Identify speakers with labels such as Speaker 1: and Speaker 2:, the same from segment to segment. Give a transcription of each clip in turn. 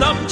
Speaker 1: 반짝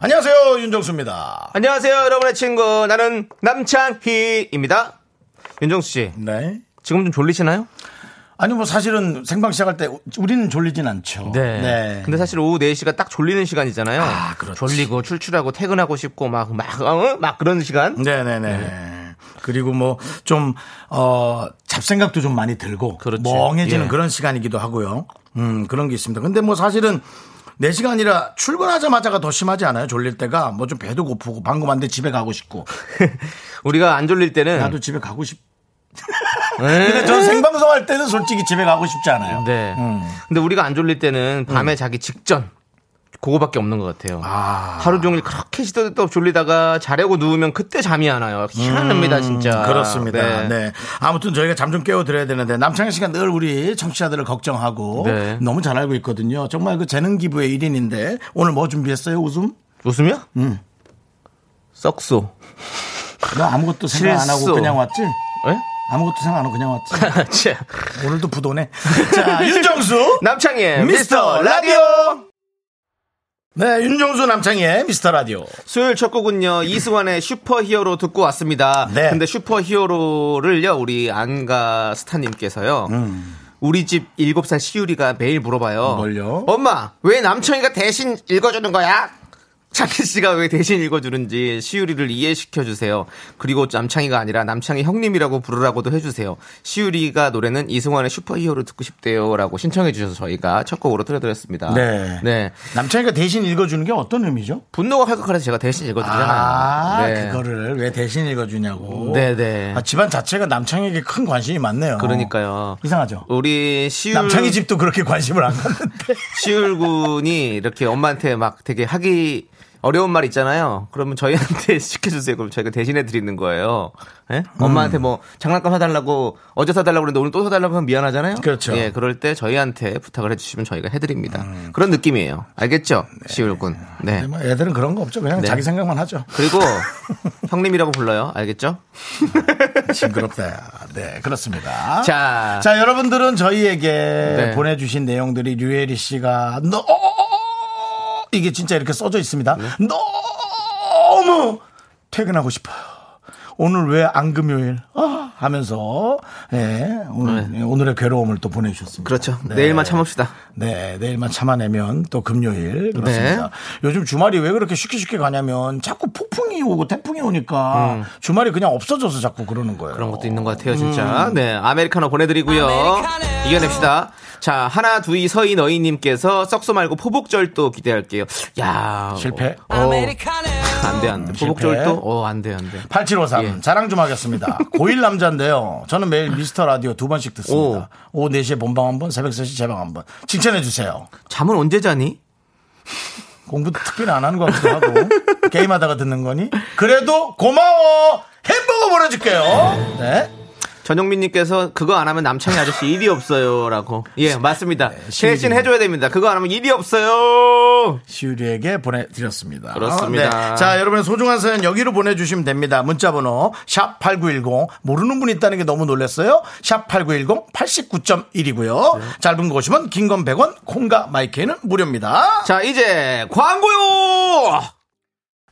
Speaker 2: 안녕하세요 윤정수입니다.
Speaker 3: 안녕하세요, 여러분의 친구. 나는 남창희입니다. 윤정수 씨,
Speaker 2: 네.
Speaker 3: 지금 좀 졸리시나요?
Speaker 2: 아니 뭐 사실은 생방 시작할 때 우리는 졸리진 않죠.
Speaker 3: 네. 근데 사실 오후 4시가 딱 졸리는 시간이잖아요.
Speaker 2: 네. 아, 그렇지.
Speaker 3: 졸리고 출출하고 퇴근하고 싶고 막, 막, 어? 막 그런 시간.
Speaker 2: 네네네. 그리고 뭐 좀 어 잡생각도 좀 많이 들고
Speaker 3: 그렇죠.
Speaker 2: 멍해지는
Speaker 3: 예.
Speaker 2: 그런 시간이기도 하고요. 음 그런 게 있습니다. 근데 뭐 사실은 4시가 아니라 출근하자마자가 더 심하지 않아요? 졸릴 때가 뭐 좀 배도 고프고 방금 왔는데 집에 가고 싶고
Speaker 3: 우리가 안 졸릴 때는.
Speaker 2: 나도 집에 가고 싶.
Speaker 3: 에?
Speaker 2: 근데 전 생방송 할 때는 솔직히 집에 가고 싶지 않아요.
Speaker 3: 네.
Speaker 2: 음.
Speaker 3: 근데 우리가 안 졸릴 때는 밤에 자기 직전. 그거밖에 없는 것 같아요. 하루 종일 그렇게 시도도 없이 졸리다가 자려고 누우면 그때 잠이 안 와요. 희한합니다, 진짜.
Speaker 2: 음. 그렇습니다. 네. 아무튼 저희가 잠 좀 깨워드려야 되는데 남창희 씨가 늘 우리 청취자들을 걱정하고
Speaker 3: 네.
Speaker 2: 너무 잘 알고 있거든요. 정말 그 재능 기부의 1인인데 오늘 뭐 준비했어요? 웃음?
Speaker 3: 웃음이요? 음. 썩소.
Speaker 2: 너 아무것도 생각 안 하고
Speaker 3: 실수.
Speaker 2: 그냥 왔지?
Speaker 3: 예?
Speaker 2: 아무것도 생각 안 하고 그냥 왔지?
Speaker 3: 자,
Speaker 2: 오늘도 부도네. 자, 윤정수. 미스터
Speaker 3: 남창희의 네, 미스터 라디오.
Speaker 2: 라디오. 네, 윤정수 남창희의 미스터 라디오.
Speaker 3: 수요일 첫 곡은요 이승환의 슈퍼히어로 듣고 왔습니다.
Speaker 2: 네.
Speaker 3: 근데 슈퍼히어로를요 우리 안가 스타님께서요 우리 집 7살 시유리가 매일 물어봐요.
Speaker 2: 음. 뭘요?
Speaker 3: 엄마 왜 남청이가 대신 읽어주는 거야? 자키 씨가 왜 대신 읽어주는지 시유리를 이해시켜 주세요. 그리고 남창이가 아니라 남창이 형님이라고 부르라고도 해주세요. 시유리가 노래는 이승환의 슈퍼히어로 듣고 싶대요라고 신청해 주셔서 저희가 첫 곡으로 틀어드렸습니다.
Speaker 2: 네.
Speaker 3: 네.
Speaker 2: 남창희가 대신 읽어주는 게 어떤 의미죠?
Speaker 3: 분노가 칼칼해서 제가 대신 읽어드리잖아요.
Speaker 2: 아,
Speaker 3: 네.
Speaker 2: 그거를 왜 대신 읽어주냐고.
Speaker 3: 네네.
Speaker 2: 아, 집안 자체가 남창에게 큰 관심이 많네요.
Speaker 3: 그러니까요.
Speaker 2: 이상하죠.
Speaker 3: 우리 시울
Speaker 2: 남창희 집도 그렇게 관심을 안 갖는데.
Speaker 3: 시울 군이 이렇게 엄마한테 막 되게 하기 어려운 말 있잖아요. 그러면 저희한테 시켜주세요. 그럼 저희가 대신해 드리는 거예요. 예?
Speaker 2: 음.
Speaker 3: 엄마한테 뭐 장난감 사달라고 어제 사달라고 그랬는데 오늘 또 사달라고 하면 미안하잖아요.
Speaker 2: 그렇죠.
Speaker 3: 예, 그럴 때 저희한테 부탁을 해주시면 저희가 해드립니다.
Speaker 2: 음.
Speaker 3: 그런 느낌이에요. 알겠죠? 시울 군. 네.
Speaker 2: 뭐 애들은 그런 거 없죠. 그냥
Speaker 3: 네.
Speaker 2: 자기 생각만 하죠.
Speaker 3: 그리고 형님이라고 불러요. 알겠죠?
Speaker 2: 징그럽다. 네, 그렇습니다.
Speaker 3: 자.
Speaker 2: 자, 여러분들은 저희에게
Speaker 3: 네.
Speaker 2: 보내주신 내용들이 류혜리 씨가 너 어, 이게 진짜 이렇게 써져 있습니다. 너무 퇴근하고 싶어요. 오늘 왜 안 금요일? 아, 하면서 예, 오늘, 오늘의 괴로움을 또 보내주셨습니다.
Speaker 3: 그렇죠.
Speaker 2: 네.
Speaker 3: 내일만 참읍시다.
Speaker 2: 네, 내일만 참아내면 또 금요일 그렇습니다.
Speaker 3: 네.
Speaker 2: 요즘 주말이 왜 그렇게 쉽게 쉽게 가냐면 자꾸 폭풍이 오고 태풍이 오니까 주말이 그냥 없어져서 자꾸 그러는 거예요.
Speaker 3: 음. 그런 것도 있는 것 같아요, 진짜. 네, 아메리카노 보내드리고요. 이겨냅시다. 자, 하나, 두이, 서이, 너희님께서 썩소 말고 포복절도 기대할게요. 야
Speaker 2: 실패.
Speaker 3: 어, 어, 안 돼, 안 돼. 포복절도?
Speaker 2: 실패.
Speaker 3: 어, 안 돼, 안 돼.
Speaker 2: 8753
Speaker 3: 예.
Speaker 2: 자랑 좀 하겠습니다. 고1 남자인데요. 저는 매일 미스터 라디오 두 번씩 듣습니다. 오후 4시에 본방 한 번, 새벽 3시 재방 한 번. 칭찬해 주세요.
Speaker 3: 잠은 언제 자니?
Speaker 2: 공부 특별히 안 하는 것 같기도 하고 게임하다가 듣는 거니? 그래도 고마워. 햄버거 보내줄게요. 네.
Speaker 3: 전영민님께서 그거 안 하면 남창희 아저씨 일이 없어요라고. 예, 맞습니다.
Speaker 2: 네,
Speaker 3: 대신 해줘야 됩니다. 그거 안 하면 일이 없어요.
Speaker 2: 시우리에게 보내드렸습니다.
Speaker 3: 그렇습니다.
Speaker 2: 네. 자, 여러분의 소중한 사연 여기로 보내주시면 됩니다. 문자번호 샵8910 모르는 분 있다는 게 너무 놀랐어요. 샵8910 89.1이고요.
Speaker 3: 네.
Speaker 2: 짧은 거 오시면 긴 건 100원 콩과 마이크는 무료입니다.
Speaker 3: 자, 이제 광고요.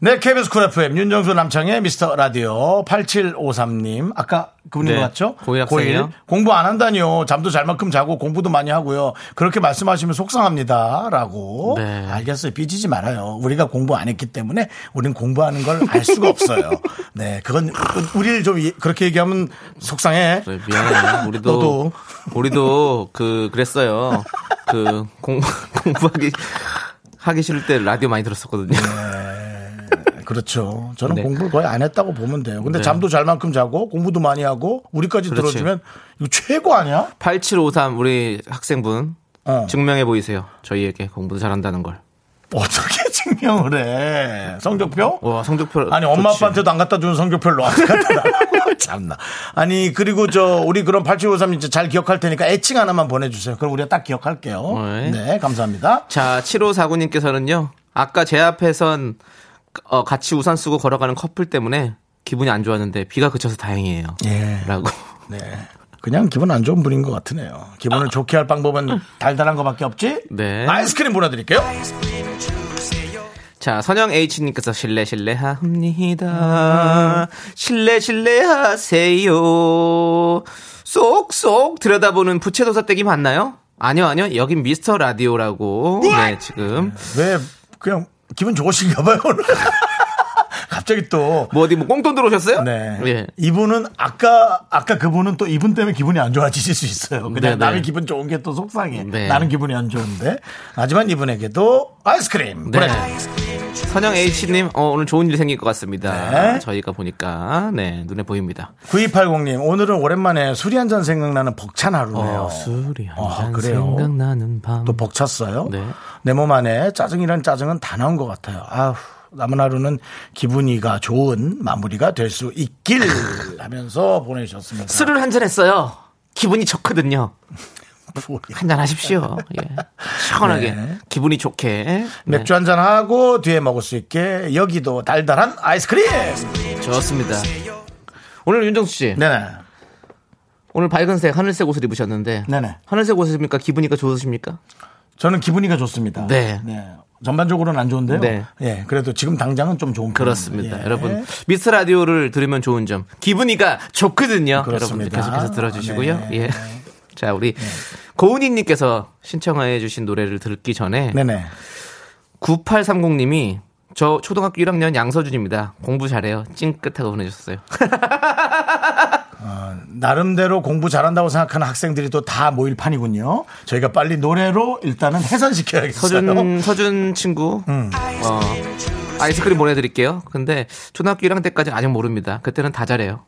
Speaker 2: 네, KBS 쿨 FM 윤정수 남창의 미스터 라디오 8753님 아까 그분인
Speaker 3: 네,
Speaker 2: 것 같죠?
Speaker 3: 고일 학생이요?
Speaker 2: 고일. 공부 안 한다니요. 잠도 잘만큼 자고 공부도 많이 하고요. 그렇게 말씀하시면 속상합니다라고.
Speaker 3: 네.
Speaker 2: 알겠어요. 삐지지 말아요. 우리가 공부 안 했기 때문에 우린 공부하는 걸 알 수가 없어요. 네, 그건 우리를 좀 이- 그렇게 얘기하면 속상해.
Speaker 3: 네, 미안해요. 우리도
Speaker 2: 너도.
Speaker 3: 우리도 그 그랬어요. 그 공, 공부하기 하기 싫을 때 라디오 많이 들었었거든요.
Speaker 2: 음. 그렇죠. 저는
Speaker 3: 네.
Speaker 2: 공부를 거의 안 했다고 보면 돼요. 근데 잠도 잘만큼 자고 공부도 많이 하고 우리까지
Speaker 3: 그렇지.
Speaker 2: 들어주면 이거 최고 아니야?
Speaker 3: 8753 우리 학생분
Speaker 2: 어.
Speaker 3: 증명해 보이세요. 저희에게 공부도 잘한다는 걸.
Speaker 2: 어떻게 증명을 해? 성적표?
Speaker 3: 와, 성적표.
Speaker 2: 아니 엄마
Speaker 3: 어, 좋지.
Speaker 2: 아빠한테도 안 갖다 주는 성적표를 너한테 갖다 달라. 참나. 아니 그리고 저 우리 그럼 8753 이제 잘 기억할 테니까 애칭 하나만 보내주세요. 그럼 우리가 딱 기억할게요.
Speaker 3: 네.
Speaker 2: 네 감사합니다.
Speaker 3: 자, 7549님께서는요. 아까 제 앞에선 어, 같이 우산 쓰고 걸어가는 커플 때문에 기분이 안 좋았는데 비가 그쳐서 다행이에요.
Speaker 2: 예.
Speaker 3: 라고.
Speaker 2: 네. 그냥 기분 안 좋은 분인 것 같으네요. 기분을 좋게 할 방법은 달달한 것밖에 없지?
Speaker 3: 네.
Speaker 2: 아이스크림 보내드릴게요.
Speaker 3: 자, 선영 H님께서 실례 실례 합니다.
Speaker 2: 음.
Speaker 3: 실례 실례 하세요. 쏙쏙 들여다보는 부채도사 댁이 맞나요? 아니요, 아니요. 여긴 미스터 라디오라고. 네, 지금.
Speaker 2: 왜 그냥 기분 좋으신가 봐요. 오늘. 갑자기 또.
Speaker 3: 뭐 어디 뭐 꽁돈 들어오셨어요?
Speaker 2: 네.
Speaker 3: 예.
Speaker 2: 이분은 아까 아까 그분은 또 이분 때문에 기분이 안 좋아지실 수 있어요. 그냥
Speaker 3: 네네.
Speaker 2: 남의 기분 좋은 게 또 속상해.
Speaker 3: 네.
Speaker 2: 나는 기분이 안 좋은데. 하지만 이분에게도 아이스크림
Speaker 3: 네.
Speaker 2: 보내드릴게요.
Speaker 3: 선영 H님, 어, 오늘 좋은 일 생길 것 같습니다.
Speaker 2: 네.
Speaker 3: 저희가 보니까, 네, 눈에 보입니다.
Speaker 2: 9280님, 오늘은 오랜만에 술이 한 잔 생각나는 벅찬 하루네요.
Speaker 3: 어, 술이 한
Speaker 2: 아,
Speaker 3: 잔
Speaker 2: 그래요?
Speaker 3: 생각나는 밤.
Speaker 2: 또 벅찼어요.
Speaker 3: 네.
Speaker 2: 내 몸 안에 짜증이란 짜증은 다 나온 것 같아요. 아휴, 남은 하루는 기분이가 좋은 마무리가 될 수 있길 하면서 보내주셨습니다.
Speaker 3: 술을 한 잔 했어요. 기분이 좋거든요.
Speaker 2: 뭐야.
Speaker 3: 한 잔 하십시오. 예. 시원하게.
Speaker 2: 네.
Speaker 3: 기분이 좋게. 네.
Speaker 2: 맥주 한 잔 하고 뒤에 먹을 수 있게 여기도 달달한 아이스크림.
Speaker 3: 좋습니다. 오늘 윤정수 씨.
Speaker 2: 네네.
Speaker 3: 오늘 밝은색, 하늘색 옷을 입으셨는데.
Speaker 2: 네네.
Speaker 3: 하늘색 옷입니까? 기분이가 좋으십니까?
Speaker 2: 저는 기분이가 좋습니다.
Speaker 3: 네.
Speaker 2: 전반적으로는 안 좋은데요.
Speaker 3: 네.
Speaker 2: 예, 그래도 지금 당장은 좀 좋은
Speaker 3: 그렇습니다.
Speaker 2: 편입니다. 예.
Speaker 3: 여러분, 미스 라디오를 들으면 좋은 점. 기분이가 좋거든요.
Speaker 2: 그렇습니다.
Speaker 3: 여러분 계속해서 들어주시고요.
Speaker 2: 네.
Speaker 3: 예. 자, 우리 고은희님께서 신청해 주신 노래를 듣기 전에
Speaker 2: 네네.
Speaker 3: 9830님이 저 초등학교 1학년 양서준입니다. 공부 잘해요. 찡긋하고 보내주셨어요.
Speaker 2: 나름대로 공부 잘한다고 생각하는 학생들이 또 다 모일 판이군요. 저희가 빨리 노래로 일단은 해산시켜야겠어요. 음.
Speaker 3: 서준, 서준 친구, 어, 아이스크림 보내드릴게요. 근데 초등학교 1학년 때까지 아직 모릅니다. 그때는 다 잘해요.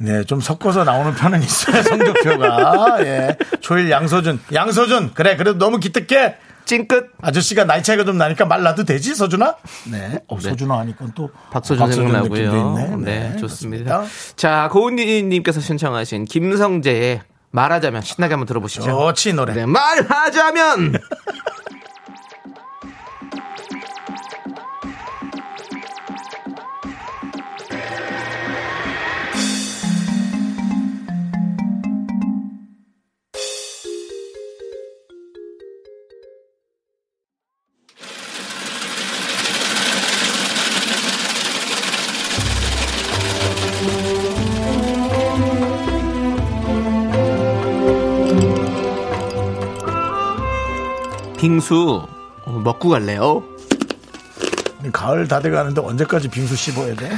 Speaker 2: 네, 좀 섞어서 나오는 편은 있어요, 성적표가. 예. 조일 양서준. 양서준! 그래, 그래도 너무 기특해!
Speaker 3: 찡긋!
Speaker 2: 아저씨가 나이 차이가 좀 나니까 말라도 되지, 서준아? 네. 어,
Speaker 3: 네.
Speaker 2: 서준아 하니까 또.
Speaker 3: 박소준 생각나고요.
Speaker 2: 느낌도 있네.
Speaker 3: 네, 좋습니다.
Speaker 2: 그렇습니다.
Speaker 3: 자, 고은이님께서 신청하신 김성재의 말하자면 신나게 한번 들어보시죠.
Speaker 2: 좋지, 이 노래.
Speaker 3: 네, 말하자면 빙수 어, 먹고 갈래요?
Speaker 2: 가을 다 돼가는데 언제까지 빙수 씹어야 돼?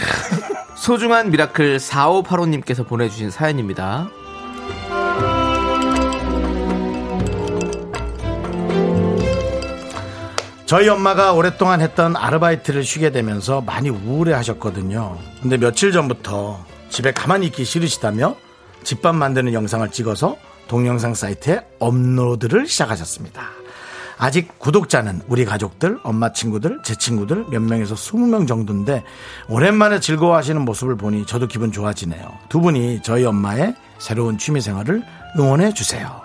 Speaker 3: 소중한 미라클 4585님께서 보내주신 사연입니다.
Speaker 2: 저희 엄마가 오랫동안 했던 아르바이트를 쉬게 되면서 많이 우울해 하셨거든요. 근데 며칠 전부터 집에 가만히 있기 싫으시다며 집밥 만드는 영상을 찍어서 동영상 사이트에 업로드를 시작하셨습니다. 아직 구독자는 우리 가족들, 엄마 친구들, 제 친구들 몇 명에서 20명 정도인데 오랜만에 즐거워하시는 모습을 보니 저도 기분 좋아지네요. 두 분이 저희 엄마의 새로운 취미 생활을 응원해 주세요.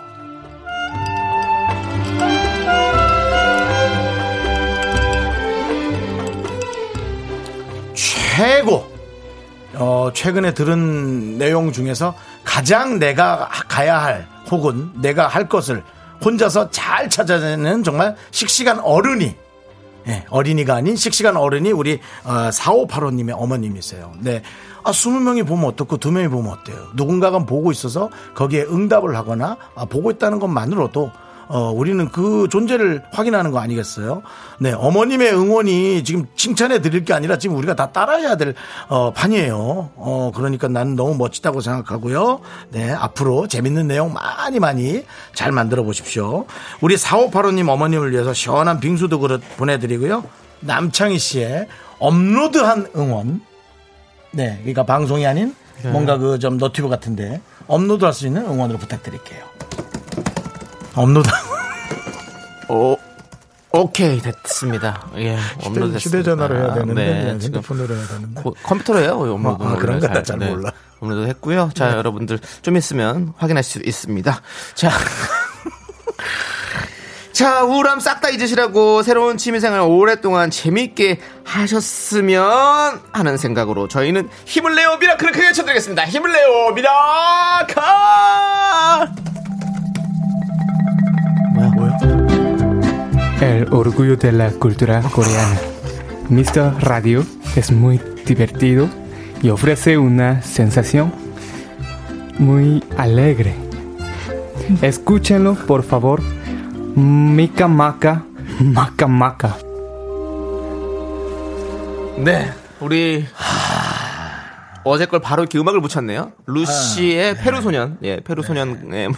Speaker 2: 최고 어, 최근에 들은 내용 중에서 가장 내가 가야 할 혹은 내가 할 것을 혼자서 잘 찾아내는 정말 씩씩한 어른이 예, 어린이가 아닌 씩씩한 어른이 우리 어, 4585님의 어머님이세요. 네. 아, 20명이 보면 어떻고 2명이 보면 어때요? 누군가가 보고 있어서 거기에 응답을 하거나 아, 보고 있다는 것만으로도 어, 우리는 그 존재를 확인하는 거 아니겠어요? 네, 어머님의 응원이 지금 칭찬해 드릴 게 아니라 지금 우리가 다 따라야 될 어, 판이에요. 어, 그러니까 나는 너무 멋지다고 생각하고요. 네, 앞으로 재밌는 내용 많이 많이 잘 만들어 보십시오. 우리 4585님 어머님을 위해서 시원한 빙수도 그릇 보내드리고요. 남창희 씨의 업로드한 응원. 네, 그러니까 방송이 아닌
Speaker 3: 네.
Speaker 2: 뭔가 그 좀 너튜브 같은데 업로드 할 수 있는 응원으로 부탁드릴게요. 업로드.
Speaker 3: 어, 오케이 됐습니다. 예, 업로드 됐습니다.
Speaker 2: 휴대전화로 해야
Speaker 3: 네,
Speaker 2: 되는데 네,
Speaker 3: 지금
Speaker 2: 핸드폰으로 해야 되는데
Speaker 3: 고- 뭐, 컴퓨터로 해요. 업로드
Speaker 2: 아, 그런가? 나잘 몰라.
Speaker 3: 네.
Speaker 2: 네.
Speaker 3: 업로드 했고요. 자 여러분들 좀 있으면 확인할 수 있습니다. 자. 자, 우울함 싹 다 잊으시라고 새로운 취미생활 오랫동안 재미있게 하셨으면 하는 생각으로 저희는 힘을 내요 미라클을 크게 쳐드리겠습니다. 힘을 내요 미라클!
Speaker 2: 뭐야?
Speaker 4: El orgullo de la cultura coreana. Mr. Radio es muy divertido y ofrece una sensación muy alegre. Escúchenlo, por favor. Mika Maka, Maka Maka.
Speaker 3: 네, 우리 어제 걸 바로 이렇게 음악을 붙였네요.
Speaker 2: 아,
Speaker 3: 루시의
Speaker 2: 네.
Speaker 3: 페루 소년, 예, 페루 소년의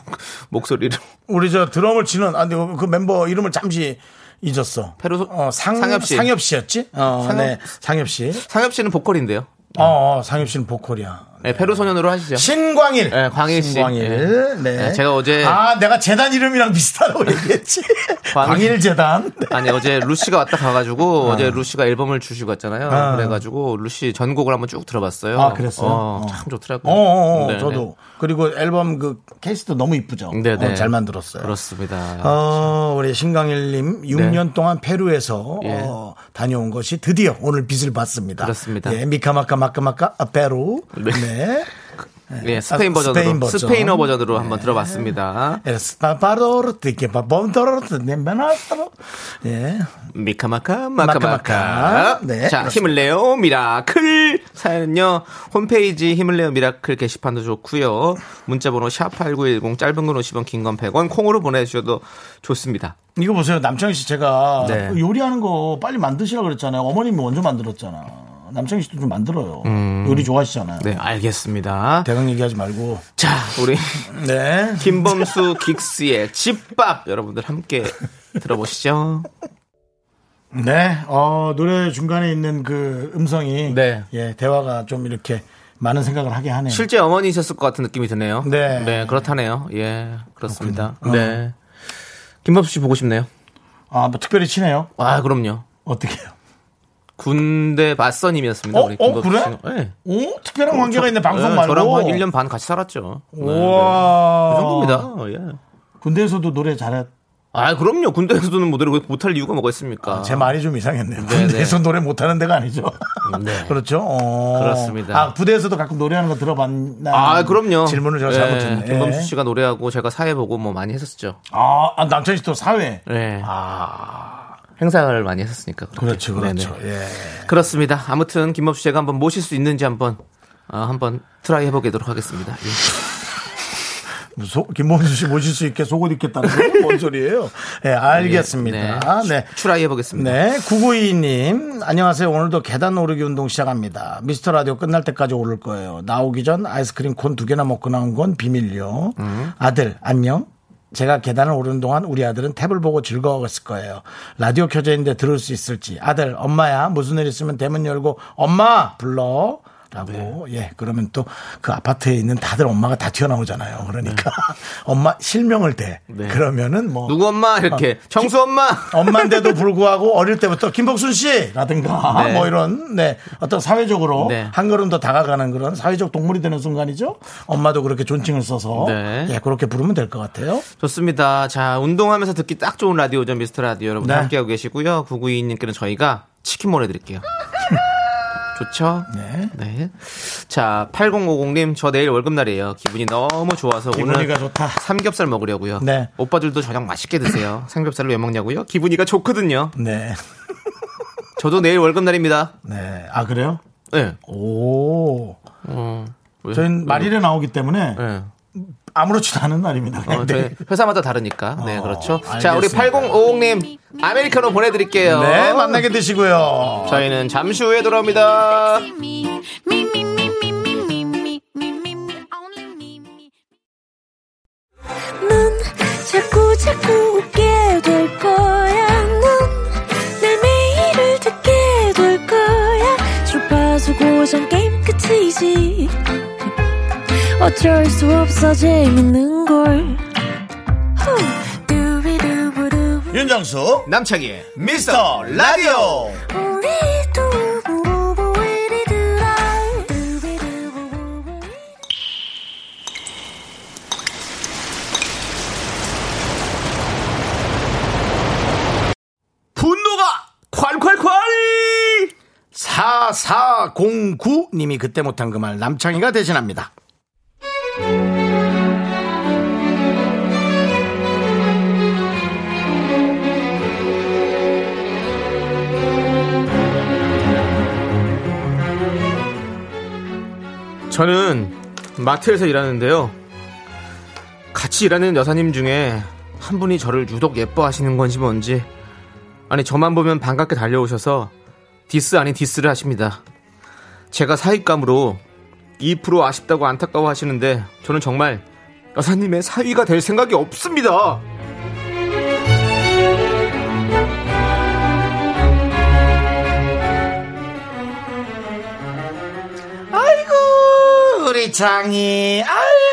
Speaker 3: 목, 소리로
Speaker 2: 우리 저 드럼을 치는 아 근데 그 멤버 이름을 잠시 잊었어.
Speaker 3: 페루 소-
Speaker 2: 어, 상, 상엽
Speaker 3: 상엽
Speaker 2: 씨.
Speaker 3: 씨.
Speaker 2: 상엽 씨였지? 어,
Speaker 3: 상엽-
Speaker 2: 네. 상엽 씨.
Speaker 3: 상엽 씨는 보컬인데요.
Speaker 2: 어, 어, 상엽 씨는 보컬이야.
Speaker 3: 네, 페루 소년으로 하시죠.
Speaker 2: 신광일.
Speaker 3: 네, 광일 씨.
Speaker 2: 신광일. 네.
Speaker 3: 네, 제가 어제-
Speaker 2: 아, 내가 재단 이름이랑 비슷하다고 얘기했지.
Speaker 3: 광일.
Speaker 2: 광일 재단. 네.
Speaker 3: 아니 어제 루시가 왔다 가가지고
Speaker 2: 아.
Speaker 3: 어제 루시가 앨범을 주시고 왔잖아요. 그래가지고 루시 전곡을 한번 쭉 들어봤어요.
Speaker 2: 아, 그랬어요?
Speaker 3: 어,
Speaker 2: 어.
Speaker 3: 참 좋더라고요.
Speaker 2: 어, 어, 어
Speaker 3: 네네.
Speaker 2: 저도. 그리고 앨범 그 케이스도 너무 이쁘죠.
Speaker 3: 네네.
Speaker 2: 어, 잘 만들었어요.
Speaker 3: 아, 그렇습니다.
Speaker 2: 어, 우리 신강일님 6년 동안 페루에서
Speaker 3: 네. 예.
Speaker 2: 어, 다녀온 것이 드디어 오늘 빛을 봤습니다.
Speaker 3: 그렇습니다.
Speaker 2: 예, 미카마카 마카마카 아, 페루. 네.
Speaker 3: 네. 예, 스페인
Speaker 2: 아,
Speaker 3: 버전으로
Speaker 2: 스페인 버전. 네.
Speaker 3: 스페인어 버전으로 한번 들어봤습니다.
Speaker 2: 에스파바로르 티케바범도로르 네메나스로. 예.
Speaker 3: 미카마카
Speaker 2: 마카마카.
Speaker 3: 마카마카.
Speaker 2: 네,
Speaker 3: 자,
Speaker 2: 그렇습니다.
Speaker 3: 힘을 내요 미라클 사연은요 홈페이지 힘을 내요 미라클 게시판도 좋고요 문자번호 샵 #8910 짧은 건 50원, 긴 건 100원 콩으로 보내주셔도 좋습니다.
Speaker 2: 이거 보세요. 남창희 씨 제가 그
Speaker 3: 네.
Speaker 2: 요리하는 거 빨리 만드시라 그랬잖아요. 어머님이 먼저 만들었잖아. 남창희 씨도 좀 만들어요. 요리 좋아하시잖아요.
Speaker 3: 네, 알겠습니다.
Speaker 2: 대강 얘기하지 말고.
Speaker 3: 자, 우리
Speaker 2: 네.
Speaker 3: 김범수 긱스의 집밥 여러분들 함께 들어보시죠.
Speaker 2: 네, 어, 노래 중간에 있는 그 음성이
Speaker 3: 네.
Speaker 2: 예, 대화가 좀 이렇게 많은 생각을 하게 하네요.
Speaker 3: 실제 어머니셨을 것 같은 느낌이 드네요.
Speaker 2: 네.
Speaker 3: 그렇다네요. 예, 그렇습니다. 네. 김범수 씨 보고 싶네요.
Speaker 2: 아, 뭐 특별히 친해요?
Speaker 3: 아, 그럼요.
Speaker 2: 어떻게요?
Speaker 3: 군대 맞선임이었습니다.
Speaker 2: 어?
Speaker 3: 우리
Speaker 2: 어,
Speaker 3: 김범수
Speaker 2: 그래?
Speaker 3: 씨는. 네.
Speaker 2: 오, 특별한 관계가 있네 방송
Speaker 3: 네,
Speaker 2: 말고.
Speaker 3: 저랑 한 1년 반 같이 살았죠. 네, 네.
Speaker 2: 우와.
Speaker 3: 그 정도입니다. 예.
Speaker 2: 군대에서도 노래 잘했.
Speaker 3: 아, 그럼요. 군대에서는 모델을 못할 이유가 뭐가 있습니까?
Speaker 2: 아, 제 말이 좀 이상했네요.
Speaker 3: 아. 네.
Speaker 2: 군대에서 노래 못하는 데가 아니죠.
Speaker 3: 네.
Speaker 2: 그렇죠. 어.
Speaker 3: 그렇습니다.
Speaker 2: 아, 부대에서도 가끔 노래하는 거 들어봤나?
Speaker 3: 아, 그럼요.
Speaker 2: 음, 질문을 제가
Speaker 3: 예,
Speaker 2: 잘못했네.
Speaker 3: 김범수
Speaker 2: 예.
Speaker 3: 씨가 노래하고 제가 사회 보고 뭐 많이 했었죠.
Speaker 2: 아, 아, 남창희 씨도 사회.
Speaker 3: 네. 행사를 많이 했었으니까. 그렇게.
Speaker 2: 아. 그렇죠, 그렇죠.
Speaker 3: 네네.
Speaker 2: 예.
Speaker 3: 그렇습니다. 아무튼 김범수 씨가 한번 모실 수 있는지 한번 어, 한번 트라이 해보도록 하겠습니다. 예.
Speaker 2: 소- 김범수 씨 모실 수 있게 속옷 입겠다는 건 뭔 소리예요? 예, 알겠습니다.
Speaker 3: 네.
Speaker 2: 네.
Speaker 3: 트라이 해보겠습니다.
Speaker 2: 네, 9922님, 안녕하세요. 오늘도 계단 오르기 운동 시작합니다. 미스터 라디오 끝날 때까지 오를 거예요. 나오기 전 아이스크림 콘 두 개나 먹고 나온 건 비밀요. 아들, 안녕? 제가 계단을 오르는 동안 우리 아들은 탭을 보고 즐거워했을 거예요. 라디오 켜져 있는데 들을 수 있을지. 아들, 엄마야, 무슨 일 있으면 대문 열고, 엄마! 불러! 라고
Speaker 3: 네.
Speaker 2: 예 그러면 또 그 아파트에 있는 다들 엄마가 다 튀어나오잖아요 그러니까 엄마 실명을 대 그러면은 뭐
Speaker 3: 네. 누구 엄마 이렇게 정수 엄마.
Speaker 2: 엄마인데도 불구하고 어릴 때부터 김복순 씨라든가
Speaker 3: 네.
Speaker 2: 뭐 이런 네 어떤 사회적으로
Speaker 3: 네.
Speaker 2: 한 걸음 더 다가가는 그런 사회적 동물이 되는 순간이죠. 엄마도 그렇게 존칭을 써서
Speaker 3: 네.
Speaker 2: 예 그렇게 부르면 될 것 같아요.
Speaker 3: 좋습니다. 자, 운동하면서 듣기 딱 좋은 라디오죠, 미스터 라디오. 여러분
Speaker 2: 네.
Speaker 3: 함께하고 계시고요. 992님께는 저희가 치킨 보내드릴게요. 좋죠?
Speaker 2: 네.
Speaker 3: 네. 자, 8050님, 저 내일 월급날이에요. 기분이 너무 좋아서
Speaker 2: 기분이가
Speaker 3: 오늘
Speaker 2: 좋다.
Speaker 3: 삼겹살 먹으려고요.
Speaker 2: 네.
Speaker 3: 오빠들도 저녁 맛있게 드세요. 삼겹살로 왜 먹냐고요? 기분이가 좋거든요.
Speaker 2: 네.
Speaker 3: 저도 내일 월급날입니다.
Speaker 2: 네. 아 그래요?
Speaker 3: 네.
Speaker 2: 오.
Speaker 3: 어, 왜?
Speaker 2: 저희 는 말일에 나오기 때문에
Speaker 3: 네.
Speaker 2: 아무렇지도 않은 날입니다.
Speaker 3: 어,
Speaker 2: 그냥
Speaker 3: 저희
Speaker 2: 네. 어,
Speaker 3: 회사마다 다르니까. 네, 그렇죠. 자, 우리
Speaker 2: 알겠습니다.
Speaker 3: 8050님, 아메리카노 보내드릴게요.
Speaker 2: 네,
Speaker 3: 어.
Speaker 2: 만나게 되시고요.
Speaker 3: 저희는 잠시 후에 돌아옵니다.
Speaker 5: me, me, me, me, me, me, me, me, me, me, only me, me.
Speaker 6: 넌 자꾸 자꾸 웃게 될 거야. 넌내 매일을 듣게 될 거야. 주파수 고정 게임 끝이지. 어쩔 수 없어 재밌는 걸. 후. 두비두부두부.
Speaker 3: 네.
Speaker 7: 윤정수
Speaker 3: 남창희의 미스터 라디오
Speaker 6: 우리 두부부부 이리들아 두비두부부부
Speaker 7: 분노가 콸콸콸 4409님이 그때 못한 그 말 남창희가 대신합니다
Speaker 3: 저는 마트에서 일하는데요. 같이 일하는 여사님 중에 한 분이 저를 유독 예뻐하시는 건지 뭔지 아니 저만 보면 반갑게 달려오셔서 디스 아닌 디스를 하십니다. 제가 사윗감으로 2% 아쉽다고 안타까워 하시는데 저는 정말 여사님의 사위가 될 생각이 없습니다.
Speaker 7: 아이고 우리 장이 아유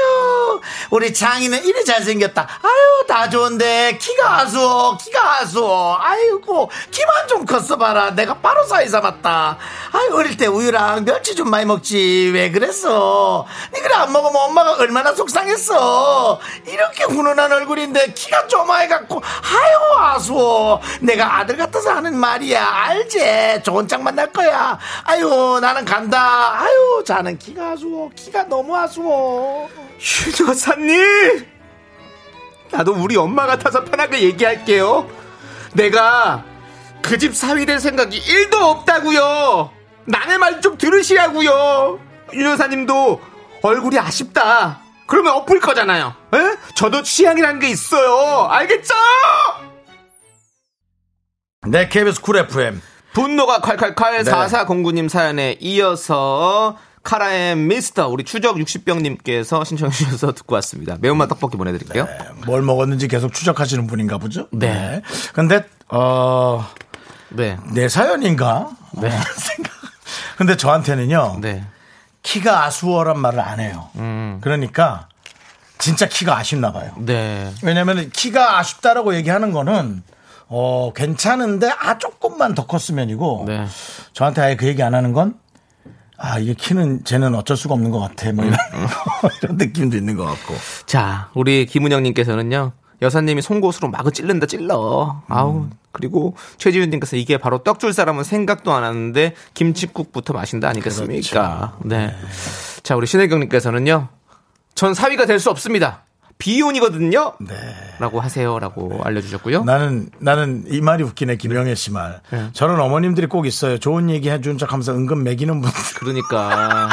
Speaker 7: 우리 장이는 이래 잘생겼다 아유 다 좋은데 키가 아수어 키가 아수어 아이고 키만 좀 컸어 봐라 내가 바로 사이 잡았다 아유 어릴 때 우유랑 멸치 좀 많이 먹지 왜 그랬어 니그래 안 먹으면 엄마가 얼마나 속상했어 이렇게 훈훈한 얼굴인데 키가 조마해갖고 아유 아수어 내가 아들 같아서 하는 말이야 알지 좋은 짝 만날 거야 아유 나는 간다 아유 자는 키가 아수어 키가 너무 아수어
Speaker 3: 휴 여사님! 나도 우리 엄마 같아서 편하게 얘기할게요. 내가 그 집 사위 될 생각이 1도 없다고요. 남의 말 좀 들으시라고요. 윤 여사님도 얼굴이 아쉽다. 그러면 엎을 거잖아요. 에? 저도 취향이라는 게 있어요. 알겠죠?
Speaker 7: 네 KBS 쿨 FM
Speaker 3: 분노가 칼칼칼 4409님 사연에 이어서 카라의 미스터 우리 추적 60병님께서 신청해 주셔서 듣고 왔습니다. 매운맛 떡볶이 보내드릴게요.
Speaker 2: 뭘 먹었는지 계속 추적하시는 분인가 보죠? 네. 근데, 어,
Speaker 3: 네.
Speaker 2: 내 사연인가?
Speaker 3: 네.
Speaker 2: 생각. 근데 저한테는요,
Speaker 3: 네. 음.
Speaker 2: 키가 아수어란 말을 안 해요. 그러니까, 진짜 키가 아쉽나 봐요.
Speaker 3: 네.
Speaker 2: 왜냐면 키가 아쉽다라고 얘기하는 거는, 어, 괜찮은데, 아, 조금만 더 컸으면이고,
Speaker 3: 네.
Speaker 2: 저한테 아예 그 얘기 안 하는 건, 아, 이게 키는 쟤는 어쩔 수가 없는 것 같아. 뭐 이런,
Speaker 3: 음.
Speaker 2: 이런 느낌도 있는 것 같고.
Speaker 3: 자, 우리 김은영님께서는요. 여사님이 송곳으로 마구 찔른다 찔러. 아우. 그리고 최지윤님께서 이게 바로 떡 줄 사람은 생각도 안 하는데 김치국부터 마신다 아니겠습니까? 네. 자, 우리 신혜경님께서는요. 전 사위가 될 수 없습니다. 비혼이거든요. 라고 하세요라고 알려주셨고요.
Speaker 2: 어? 나는 나는 이 말이 웃기네 김영애 씨 말. 저런 어머님들이 꼭 있어요. 좋은 얘기 해준 척하면서 은근 먹이는 분들.
Speaker 3: 그러니까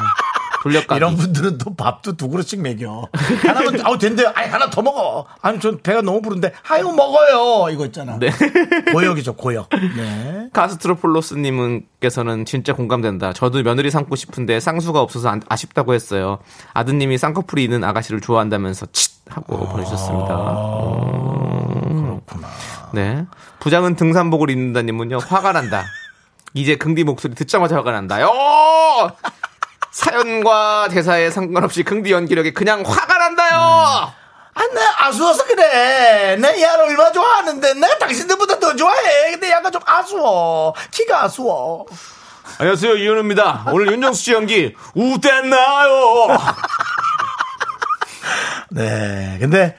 Speaker 3: 돌려가기.
Speaker 2: 이런 분들은 또 밥도 두 그릇씩 먹여. 하나만 아우 된대요. 아니 하나 더 먹어. 아니 전 배가 너무 부른데 아유 먹어요. 이거 있잖아. 고역이죠 고역. 네.
Speaker 3: 카스트로폴로스님께서는 진짜 공감된다. 저도 며느리 삼고 싶은데 쌍수가 없어서 안- 아쉽다고 했어요. 아드님이 쌍꺼풀이 있는 아가씨를 좋아한다면서 칫 하고 보내주셨습니다. 그렇구나. 네. 부장은 등산복을 입는다님은요 화가 난다. 이제 긍디 목소리 듣자마자 화가 난다요. 사연과 대사에 상관없이 긍디 연기력에 그냥 화가 난다요.
Speaker 7: 아내 아수워서 그래 내 얘를 얼마 좋아하는데 내가 당신들보다 더 좋아해 근데 약간 좀 아수워 키가 아수워
Speaker 3: 안녕하세요 이현우입니다. 오늘 윤정수 씨 연기 우대나요.
Speaker 2: 네. 근데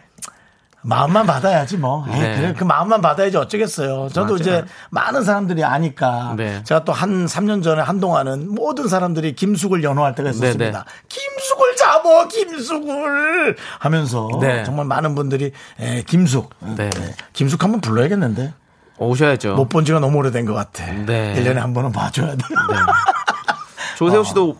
Speaker 2: 마음만 받아야지 뭐. 에이,
Speaker 3: 네.
Speaker 2: 그래, 그 마음만 받아야지 어쩌겠어요. 저도
Speaker 3: 맞아요.
Speaker 2: 이제 많은 사람들이 아니까
Speaker 3: 네.
Speaker 2: 제가 또 한 3년 전에 한동안은 모든 사람들이 김숙을 연호할 때가 있었습니다.
Speaker 3: 네, 네.
Speaker 2: 김숙을 잡어 김숙을 하면서
Speaker 3: 네.
Speaker 2: 정말 많은 분들이 에, 김숙
Speaker 3: 네.
Speaker 2: 네. 김숙 한번 불러야겠는데
Speaker 3: 오셔야죠.
Speaker 2: 못 본 지가 너무 오래된 것 같아.
Speaker 3: 네.
Speaker 2: 1년에 한 번은 봐줘야 돼. 아.
Speaker 3: 조세호 씨도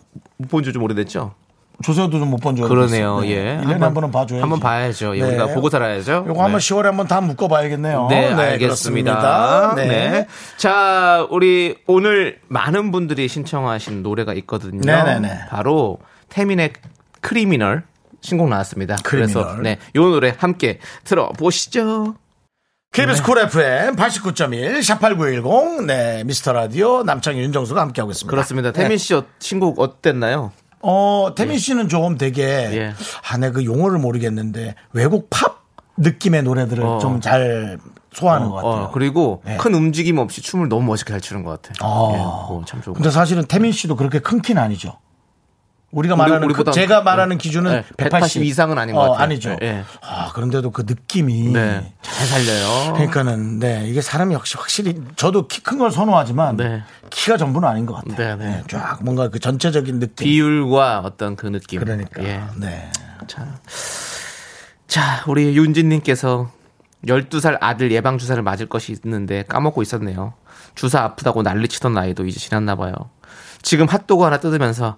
Speaker 3: 본 지 좀 오래됐죠?
Speaker 2: 조세호도 좀 못 본 줄
Speaker 3: 그러네요. 예.
Speaker 2: 1년에 한,
Speaker 3: 한번-
Speaker 2: 번은 봐줘야지. 네.
Speaker 3: 한번 봐야죠. 예, 우리가 보고 살아야죠.
Speaker 2: 요거 한번
Speaker 3: 네.
Speaker 2: 10월에 한번 다 묶어봐야겠네요.
Speaker 3: 네,
Speaker 2: 그렇습니다.
Speaker 3: 알겠습니다.
Speaker 2: 네.
Speaker 3: 네. 자, 우리 오늘 많은 분들이 신청하신 노래가 있거든요.
Speaker 2: 네, 네, 네.
Speaker 3: 바로 태민의 크리미널 신곡 나왔습니다. 그래서
Speaker 2: 크리미널.
Speaker 3: 네, 요 노래 함께 들어보시죠. 네.
Speaker 2: KBS 쿨 FM 89.1 샵8910 네 미스터 라디오 남창희 윤정수가 함께하고 있습니다.
Speaker 3: 그렇습니다.
Speaker 2: 네.
Speaker 3: 태민 씨 어- 신곡 어땠나요?
Speaker 2: 어 태민 씨는 조금 되게 그
Speaker 3: 예.
Speaker 2: 아, 내그 용어를 모르겠는데 외국 팝 느낌의 노래들을
Speaker 3: 어.
Speaker 2: 좀 잘 소화하는 것 같아요.
Speaker 3: 어, 그리고
Speaker 2: 네.
Speaker 3: 큰 움직임 없이 춤을 너무 멋있게 잘 추는 것 같아요.
Speaker 2: 아.
Speaker 3: 예, 그거 참 좋고.
Speaker 2: 근데 사실은 태민 씨도 그렇게 큰 키는 아니죠. 우리가
Speaker 3: 우리-
Speaker 2: 말하는 그-
Speaker 3: 우리보다-
Speaker 2: 제가 말하는
Speaker 3: 네.
Speaker 2: 기준은
Speaker 3: 네,
Speaker 2: 180,
Speaker 3: 180 이상은 아닌 것
Speaker 2: 어,
Speaker 3: 같아요.
Speaker 2: 아니죠.
Speaker 3: 예, 예.
Speaker 2: 아, 그런데도 그 느낌이
Speaker 3: 네. 잘 살려요.
Speaker 2: 그러니까는 네 이게 사람이 역시 확실히 저도 키 큰 걸 선호하지만
Speaker 3: 네.
Speaker 2: 키가 전부는 아닌 것 같아요.
Speaker 3: 네, 네.
Speaker 2: 쫙 뭔가 그 전체적인 느낌.
Speaker 3: 비율과 어떤 그 느낌.
Speaker 2: 그러니까
Speaker 3: 예.
Speaker 2: 네.
Speaker 3: 자. 자, 우리 윤진님께서 12살 아들 예방주사를 맞을 것이 있는데 까먹고 있었네요. 주사 아프다고 난리치던 나이도 이제 지났나 봐요. 지금 핫도그 하나 뜯으면서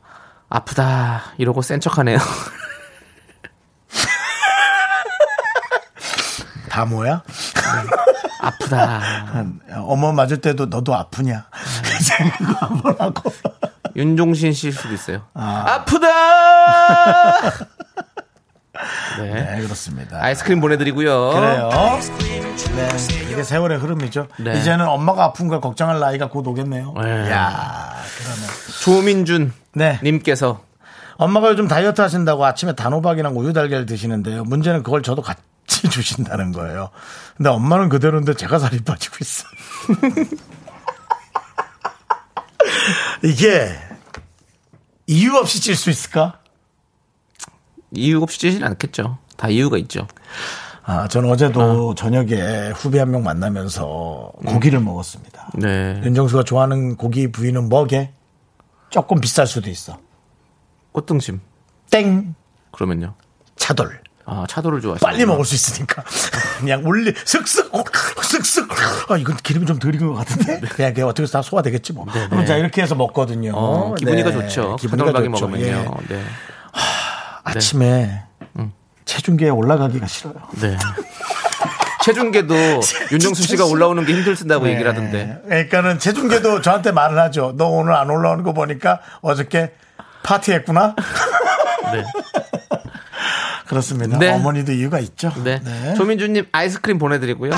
Speaker 3: 아프다 이러고 센 척하네요.
Speaker 2: 다 뭐야?
Speaker 3: 아프다.
Speaker 2: 어머 맞을 때도 너도 아프냐?
Speaker 3: 네.
Speaker 2: 생각하고
Speaker 3: 윤종신 씨일 수도 있어요. 아. 프다 네.
Speaker 2: 네 그렇습니다.
Speaker 3: 아이스크림 보내드리고요.
Speaker 2: 그래요. 네, 이게 세월의 흐름이죠.
Speaker 3: 네.
Speaker 2: 이제는 엄마가 아픈 걸 걱정할 나이가 곧 오겠네요.
Speaker 3: 네.
Speaker 2: 야, 그러면
Speaker 3: 조민준
Speaker 2: 네.
Speaker 3: 님께서
Speaker 2: 엄마가 요즘 다이어트 하신다고 아침에 단호박이랑 우유 달걀 드시는데요. 문제는 그걸 저도 같이 주신다는 거예요. 근데 엄마는 그대로인데 제가 살이 빠지고 있어. 이게 이유 없이 찔 수 있을까?
Speaker 3: 이유 없이 찌진 않겠죠. 다 이유가 있죠.
Speaker 2: 아, 저는 어제도 저녁에 후배 한 명 만나면서 고기를 먹었습니다.
Speaker 3: 네.
Speaker 2: 윤정수가 좋아하는 고기 부위는 뭐게? 조금 비쌀 수도 있어.
Speaker 3: 꽃등심.
Speaker 2: 땡
Speaker 3: 그러면요.
Speaker 2: 차돌.
Speaker 3: 아, 차도를 좋아하시죠.
Speaker 2: 빨리 먹을 수 있으니까 그냥 올리 슥슥 슥슥 아 이건 기름이 좀 덜인 것 같은데
Speaker 3: 네.
Speaker 2: 그냥 그게 어떻게 다 소화되겠지 뭐 그럼 자 이렇게 해서 먹거든요
Speaker 3: 어, 기분이가
Speaker 2: 네,
Speaker 3: 좋죠.
Speaker 2: 기분이가
Speaker 3: 가정박이
Speaker 2: 좋죠. 예.
Speaker 3: 먹으면요. 네. 음.
Speaker 2: 아침에 체중계에 올라가기가 싫어요
Speaker 3: 네. 체중계도 윤정수 씨가 올라오는 게 힘들다고
Speaker 2: 네.
Speaker 3: 얘기를 하던데.
Speaker 2: 그러니까는 체중계도 저한테 말을 하죠 너 오늘 안 올라오는 거 보니까 어저께 파티했구나
Speaker 3: 네.
Speaker 2: 그렇습니다
Speaker 3: 네.
Speaker 2: 어머니도 이유가 있죠
Speaker 3: 네.
Speaker 2: 네.
Speaker 3: 조민주님 아이스크림 보내드리고요.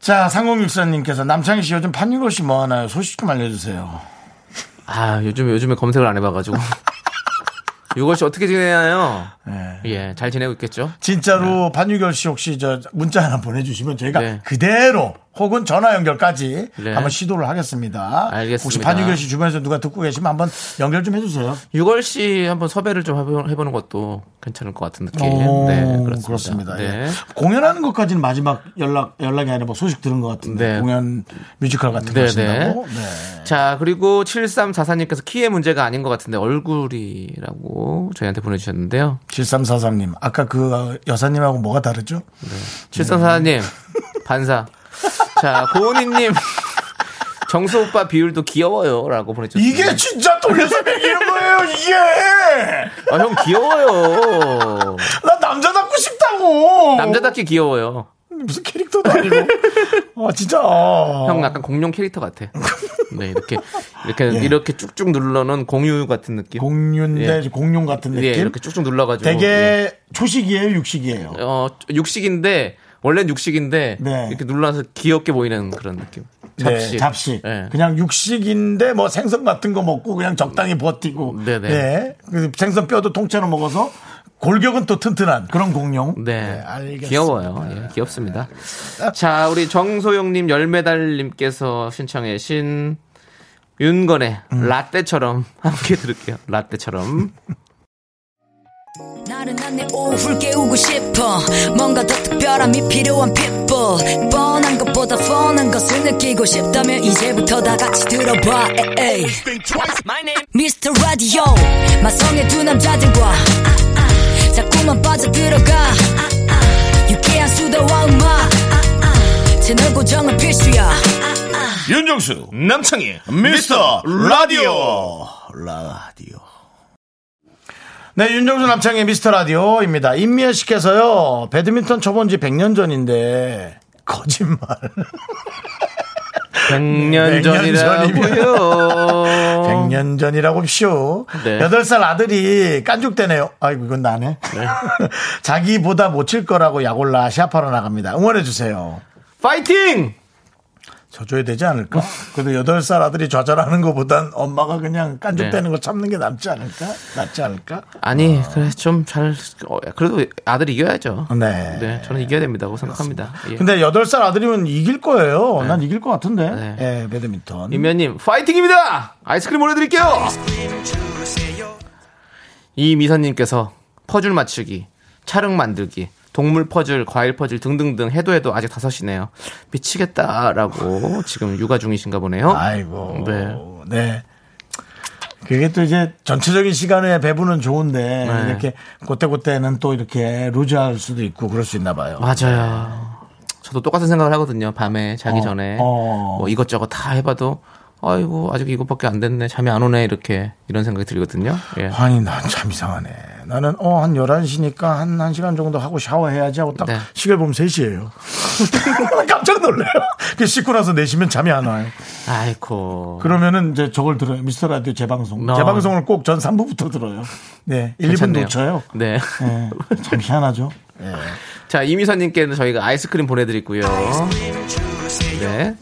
Speaker 2: 자 3064님께서 남창희 씨 요즘 판유로 씨 뭐 하나요 소식 좀 알려주세요
Speaker 3: 아, 요즘, 요즘에 검색을 안 해봐가지고. 이것이 어떻게 지내나요?
Speaker 2: 네.
Speaker 3: 예, 잘 지내고 있겠죠?
Speaker 2: 진짜로 반유결 씨 혹시 저 문자 하나 보내주시면 저희가
Speaker 3: 네.
Speaker 2: 그대로 혹은 전화 연결까지
Speaker 3: 네.
Speaker 2: 한번 시도를 하겠습니다.
Speaker 3: 알겠습니다.
Speaker 2: 혹시 반유결 씨 주변에서 누가 듣고 계시면 한번 연결 좀 해주세요.
Speaker 3: 유걸 씨 한번 섭외를 좀 해보- 해보는 것도 괜찮을 것 같은 느낌.
Speaker 2: 오,
Speaker 3: 네, 그렇습니다.
Speaker 2: 예.
Speaker 3: 네.
Speaker 2: 공연하는 것까지는 마지막 연락 연락이 아니라 뭐 소식 들은 것 같은데
Speaker 3: 네.
Speaker 2: 공연 뮤지컬 같은 거
Speaker 3: 네,
Speaker 2: 하신다고. 네.
Speaker 3: 자, 그리고 7344님께서 키의 문제가 아닌 것 같은데 얼굴이라고 저희한테 보내주셨는데요.
Speaker 2: 7343님 아까 그 어, 여사님하고 뭐가 다르죠?
Speaker 3: 7344님, 반사. 자, 고은희님, 정수 오빠 비율도 귀여워요. 라고 보내주셨어요.
Speaker 2: 이게 진짜 돌려서 매기는 거예요 이게.
Speaker 3: 아, 형 귀여워요.
Speaker 2: 나 남자답고 싶다고.
Speaker 3: 남자답게 귀여워요.
Speaker 2: 무슨 캐릭터도 아니고. 아 진짜. 아.
Speaker 3: 형 약간 공룡 캐릭터 같아. 네, 이렇게, 이렇게, 이렇게 쭉쭉 눌러놓은 공유 같은 느낌?
Speaker 2: 공유인데 공룡 같은 느낌.
Speaker 3: 예, 이렇게 쭉쭉 눌러가지고.
Speaker 2: 되게
Speaker 3: 예.
Speaker 2: 초식이에요, 육식이에요.
Speaker 3: 어, 육식인데, 원래는 육식인데,
Speaker 2: 네.
Speaker 3: 이렇게 눌러서 귀엽게 보이는 그런 느낌. 잡식.
Speaker 2: 네, 잡식.
Speaker 3: 예.
Speaker 2: 그냥 육식인데 뭐 생선 같은 거 먹고 그냥 적당히 버티고.
Speaker 3: 네네.
Speaker 2: 예. 그 생선 뼈도 통째로 먹어서 골격은 또 튼튼한 그런 공룡. 예,
Speaker 3: 네.
Speaker 2: 알겠습니다.
Speaker 3: 귀여워요. 예, 귀엽습니다. 자, 우리 정소영님, 열매달님께서 신청해신 윤건의
Speaker 2: 음.
Speaker 3: 라떼처럼 함께 들을게요. 라떼처럼.
Speaker 8: 나른한 내 오후를 깨우고 싶어 뭔가 더 특별함이 필요한 people 뻔한 것보다 뻔한 것을 느끼고 싶다면 이제부터 다 같이 들어봐 에이. Mr. Radio 마성의 두 남자들과 자꾸만 빠져들어가 유쾌한 수다와 음악 채널 고정은 필수야
Speaker 2: 윤정수, 남창희, 미스터 라디오. 라디오. 네, 윤정수 남창희 미스터 라디오입니다. 임미연 씨께서요, 배드민턴 쳐본 지 100년 전인데, 거짓말.
Speaker 3: 100년
Speaker 2: 100년 전이면.
Speaker 3: 전이라고요.
Speaker 2: 100년 전이라고 쇼.
Speaker 3: 네.
Speaker 2: 8살 아들이 깐죽대네요. 아이고, 이건 나네. 자기보다 못 칠 거라고 약올라 시합하러 나갑니다. 응원해주세요.
Speaker 3: 파이팅!
Speaker 2: 져줘야 되지 않을까? 그래도 여덟 살 아들이 좌절하는 것보단 엄마가 그냥 깐죽대는 거 참는 게 낫지 않을까? 낫지 않을까?
Speaker 3: 아니 그래 좀 잘 어, 그래도 아들이 이겨야죠.
Speaker 2: 네.
Speaker 3: 네, 저는 이겨야 된다고 생각합니다. 예.
Speaker 2: 근데 여덟 살 아들이면 이길 거예요. 난 이길 것 같은데.
Speaker 3: 네.
Speaker 2: 예, 배드민턴.
Speaker 3: 임면님 파이팅입니다. 아이스크림 보내드릴게요. 이 미선님께서 퍼즐 맞추기, 촬영 만들기, 동물 퍼즐, 과일 퍼즐 등등등 해도 해도 아직 다섯이네요. 미치겠다라고 지금 육아 중이신가 보네요.
Speaker 2: 아이고.
Speaker 3: 네.
Speaker 2: 네. 그게 또 이제 전체적인 시간의 배분은 좋은데
Speaker 3: 네.
Speaker 2: 이렇게 고때고때는 또 이렇게 루즈할 수도 있고 그럴 수 있나 봐요.
Speaker 3: 맞아요. 저도 똑같은 생각을 하거든요. 밤에 자기 전에
Speaker 2: 어.
Speaker 3: 뭐 이것저것 다 해봐도 아이고 아직 이것밖에 안 됐네. 잠이 안 오네 이렇게 이런 생각이 들거든요. 예.
Speaker 2: 아니 난 참 이상하네. 나는 어 한 11시니까 한 1시간 정도 하고 샤워해야지 하고 딱
Speaker 3: 네.
Speaker 2: 시계를 보면 3시예요. 깜짝 놀래요. 그 씻고 나서 4시면 잠이 안 와요.
Speaker 3: 아이고.
Speaker 2: 그러면은 이제 저걸 들어요. 미스터 라디오 재방송.
Speaker 3: 어.
Speaker 2: 재방송을 꼭 전 3부부터 들어요. 네. 1, 2분
Speaker 3: 괜찮네요.
Speaker 2: 놓쳐요.
Speaker 3: 네.
Speaker 2: 네. 참 희한하죠. 네.
Speaker 3: 자, 이미선님께는 저희가 아이스크림 보내드리고요. 네.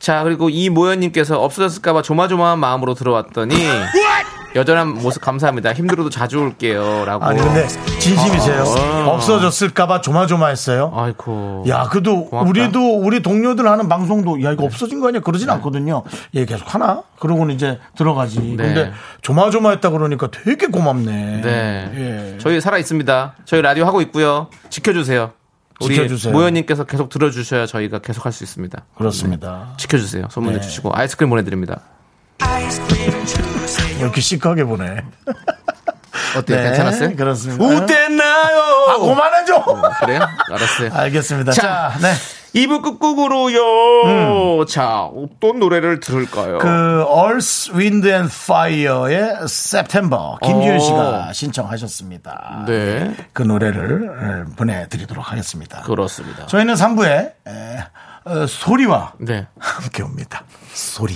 Speaker 3: 자, 그리고 이모연님께서 없어졌을까봐 조마조마한 마음으로 들어왔더니 여전한 모습 감사합니다. 힘들어도 자주 올게요. 라고.
Speaker 2: 아니 근데 진심이세요. 없어졌을까봐 조마조마했어요.
Speaker 3: 아, 아이고.
Speaker 2: 야, 그래도
Speaker 3: 고맙다.
Speaker 2: 우리도 우리 동료들 하는 방송도 야 이거 없어진 거 아니야? 그러진 않거든요. 얘 계속 하나? 그러고는 이제 들어가지. 근데 조마조마했다 그러니까 되게 고맙네.
Speaker 3: 네.
Speaker 2: 예.
Speaker 3: 저희 살아 있습니다. 저희 라디오 하고 있고요. 지켜주세요. 우리
Speaker 2: 지켜주세요.
Speaker 3: 모연님께서 계속 들어주셔야 저희가 계속 할 수 있습니다.
Speaker 2: 그렇습니다.
Speaker 3: 지켜주세요. 소문해
Speaker 2: 네.
Speaker 3: 주시고 아이스크림 보내드립니다.
Speaker 2: 왜 이렇게 시크하게 보네. 네,
Speaker 3: 어때요? 네. 괜찮았어요?
Speaker 2: 그렇습니다.
Speaker 3: 어땠나요?
Speaker 2: 아, 그만해 줘.
Speaker 3: 그래요? 알았어요.
Speaker 2: 알겠습니다.
Speaker 3: 자,
Speaker 2: 자, 네.
Speaker 3: 2부 끝곡으로요. 자, 어떤 노래를 들을까요?
Speaker 2: 음. 그 Earth, Wind and Fire의 September 김지윤
Speaker 3: 어.
Speaker 2: 씨가 신청하셨습니다.
Speaker 3: 네.
Speaker 2: 그 노래를 에, 보내드리도록 하겠습니다.
Speaker 3: 그렇습니다.
Speaker 2: 저희는 3부에 어, 소리와
Speaker 3: 네.
Speaker 2: 함께 옵니다. 소리.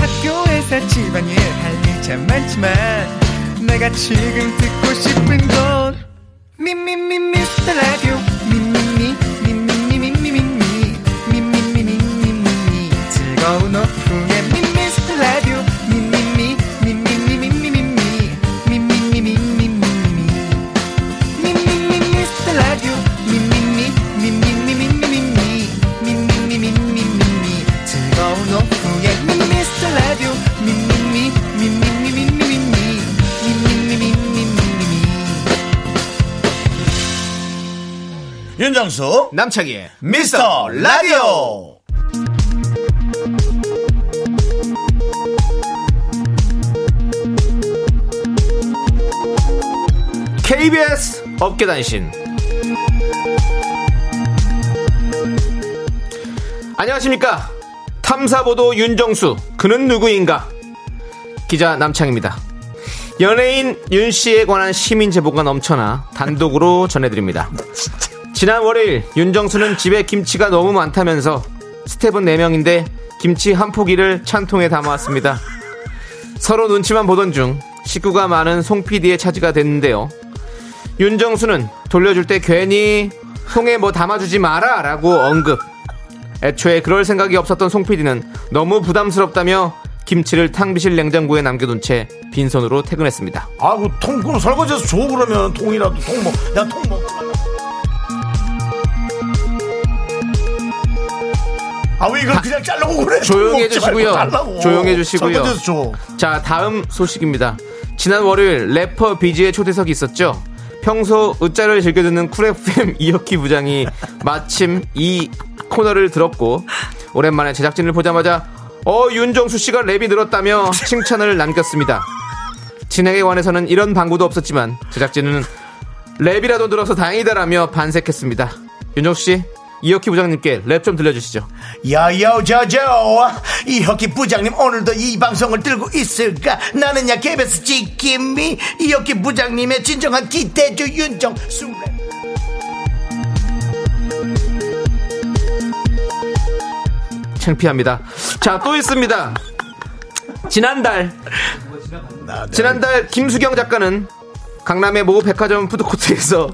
Speaker 9: 학교에서 집안일 할 일 참 많지만 내가 지금 듣고 싶은 건 미미미 미스터 라디오 미미미 미미미 미미미 미미미 미미미 미미미 즐거운 오후에 미미스터 라디오 미미미 미미미 미미미 미미미 미미미 미미미
Speaker 2: 윤정수
Speaker 3: 남창희의
Speaker 2: 미스터 라디오.
Speaker 3: KBS 업계단신. 안녕하십니까. 탐사보도 윤정수. 그는 누구인가? 기자 남창입니다. 연예인 윤 씨에 관한 시민 제보가 넘쳐나 단독으로 전해드립니다. 지난 월요일 윤정수는 집에 김치가 너무 많다면서 스텝은 4명인데 김치 한 포기를 찬통에 담아왔습니다. 서로 눈치만 보던 중 식구가 많은 송 PD의 차지가 됐는데요. 윤정수는 돌려줄 때 괜히 통에 뭐 담아주지 마라 라고 언급. 애초에 그럴 생각이 없었던 송 PD는 너무 부담스럽다며 김치를 탕비실 냉장고에 남겨둔 채 빈손으로 퇴근했습니다.
Speaker 2: 아구 통 그럼 설거지해서 줘 그러면 통이라도 통 먹. 야통 먹. 아왜 이걸 그냥 자르고 그래?
Speaker 3: 조용히
Speaker 2: 통 먹지 말고
Speaker 3: 해주시고요.
Speaker 2: 달라고.
Speaker 3: 조용히 해주시고요.
Speaker 2: 설거지해서 줘.
Speaker 3: 자, 다음 소식입니다. 지난 월요일 래퍼 비지의 초대석이 있었죠. 평소 으짜를 즐겨 듣는 쿨 FM 이혁희 부장이 마침 이 코너를 들었고 오랜만에 제작진을 보자마자 어 윤정수 씨가 랩이 늘었다며 칭찬을 남겼습니다. 진행에 관해서는 이런 방구도 없었지만 제작진은 랩이라도 들어서 다행이다라며 반색했습니다. 윤정수 씨, 이혁희 부장님께 랩 좀 들려주시죠.
Speaker 2: 야야저저 이혁기 부장님 오늘도 이 방송을 들고 있을까 나는야 KBS 지킴이 이혁기 부장님의 진정한 기대주 윤정수
Speaker 3: 창피합니다. 자, 또 있습니다. 지난달 지난달 김수경 작가는 강남의 모 백화점 푸드코트에서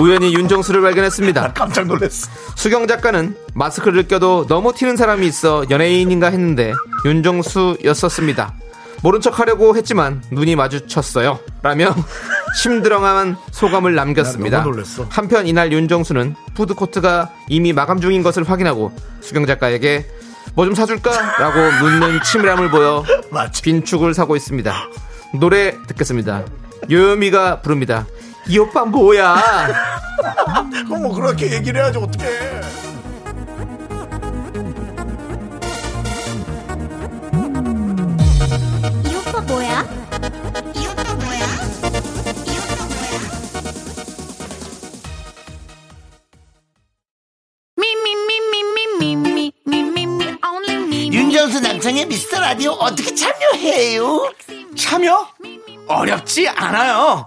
Speaker 3: 우연히 윤정수를 발견했습니다.
Speaker 2: 깜짝 놀랐어.
Speaker 3: 수경 작가는 마스크를 껴도 너무 튀는 사람이 있어 연예인인가 했는데 윤정수였었습니다. 모른 척 하려고 했지만 눈이 마주쳤어요. 라며 심드렁한 소감을 남겼습니다.
Speaker 2: 너무 놀랐어.
Speaker 3: 한편 이날 윤정수는 푸드코트가 이미 마감 중인 것을 확인하고 수경 작가에게 뭐 좀 사줄까? 라고 묻는 치밀함을 보여
Speaker 2: 맞지.
Speaker 3: 빈축을 사고 있습니다. 노래 듣겠습니다. 요요미가 부릅니다. 이 오빠 뭐야?
Speaker 2: 그럼 뭐 그렇게 얘기를 해야지 어떡해.
Speaker 6: 이 오빠 뭐야? 이 오빠 뭐야? 이 오빠 뭐야?
Speaker 5: Me, me, me, me, me, me, me, me, me, me, only me.
Speaker 7: 윤정수 남창의 미스터 라디오 어떻게 참여해요?
Speaker 3: 참여? 어렵지 않아요.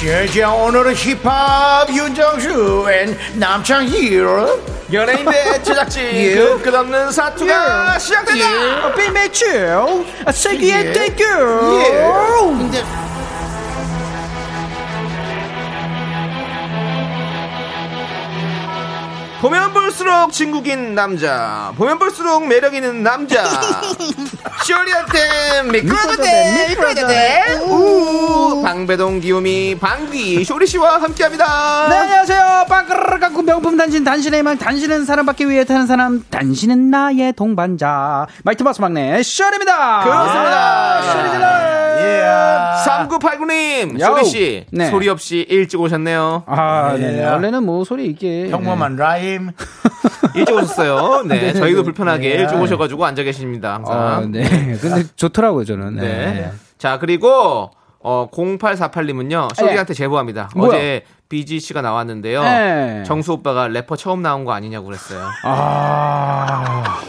Speaker 2: 제자 예, 오늘은 힙합 윤정수 앤 남창희로
Speaker 3: 연예인대 네, 예. 제작진 그 끝없는 사투가
Speaker 2: 예.
Speaker 3: 시작된다.
Speaker 9: 세기의 땡큐
Speaker 3: 보면 볼수록 진국인 남자, 보면 볼수록 매력 있는 남자. 쇼리한테 미끄러져대,
Speaker 9: 네,
Speaker 3: 미끄러져대. 우 방배동 기요미 방귀 쇼리 씨와 함께합니다.
Speaker 9: 네, 안녕하세요. 빵끄르르 깎고 명품 단신, 단신의 망, 단신은 사랑받기 위해 타는 사람, 단신은 나의 동반자. 마이트마스 막내, 쇼리입니다. 아,
Speaker 3: 그렇습니다.
Speaker 9: 쇼리들아.
Speaker 3: 예. 3989님,
Speaker 9: 야우.
Speaker 3: 쇼리 씨,
Speaker 9: 네.
Speaker 3: 소리 없이 일찍 오셨네요.
Speaker 9: 아, 네.
Speaker 2: 예.
Speaker 9: 원래는 뭐 소리 있게.
Speaker 2: 평범한 라임
Speaker 3: 일찍 오셨어요. 네,
Speaker 9: 네,
Speaker 3: 저희도
Speaker 9: 네.
Speaker 3: 불편하게
Speaker 9: 네.
Speaker 3: 일찍 오셔가지고 앉아 계십니다. 항상.
Speaker 9: 아, 네. 근데 좋더라고요, 저는.
Speaker 3: 네. 자, 그리고 어 0848님은요. 쇼리한테 제보합니다.
Speaker 9: 뭐야?
Speaker 3: 어제 BG 씨가 나왔는데요.
Speaker 9: 네.
Speaker 3: 정수 오빠가 래퍼 처음 나온 거 아니냐고 그랬어요.
Speaker 9: 아.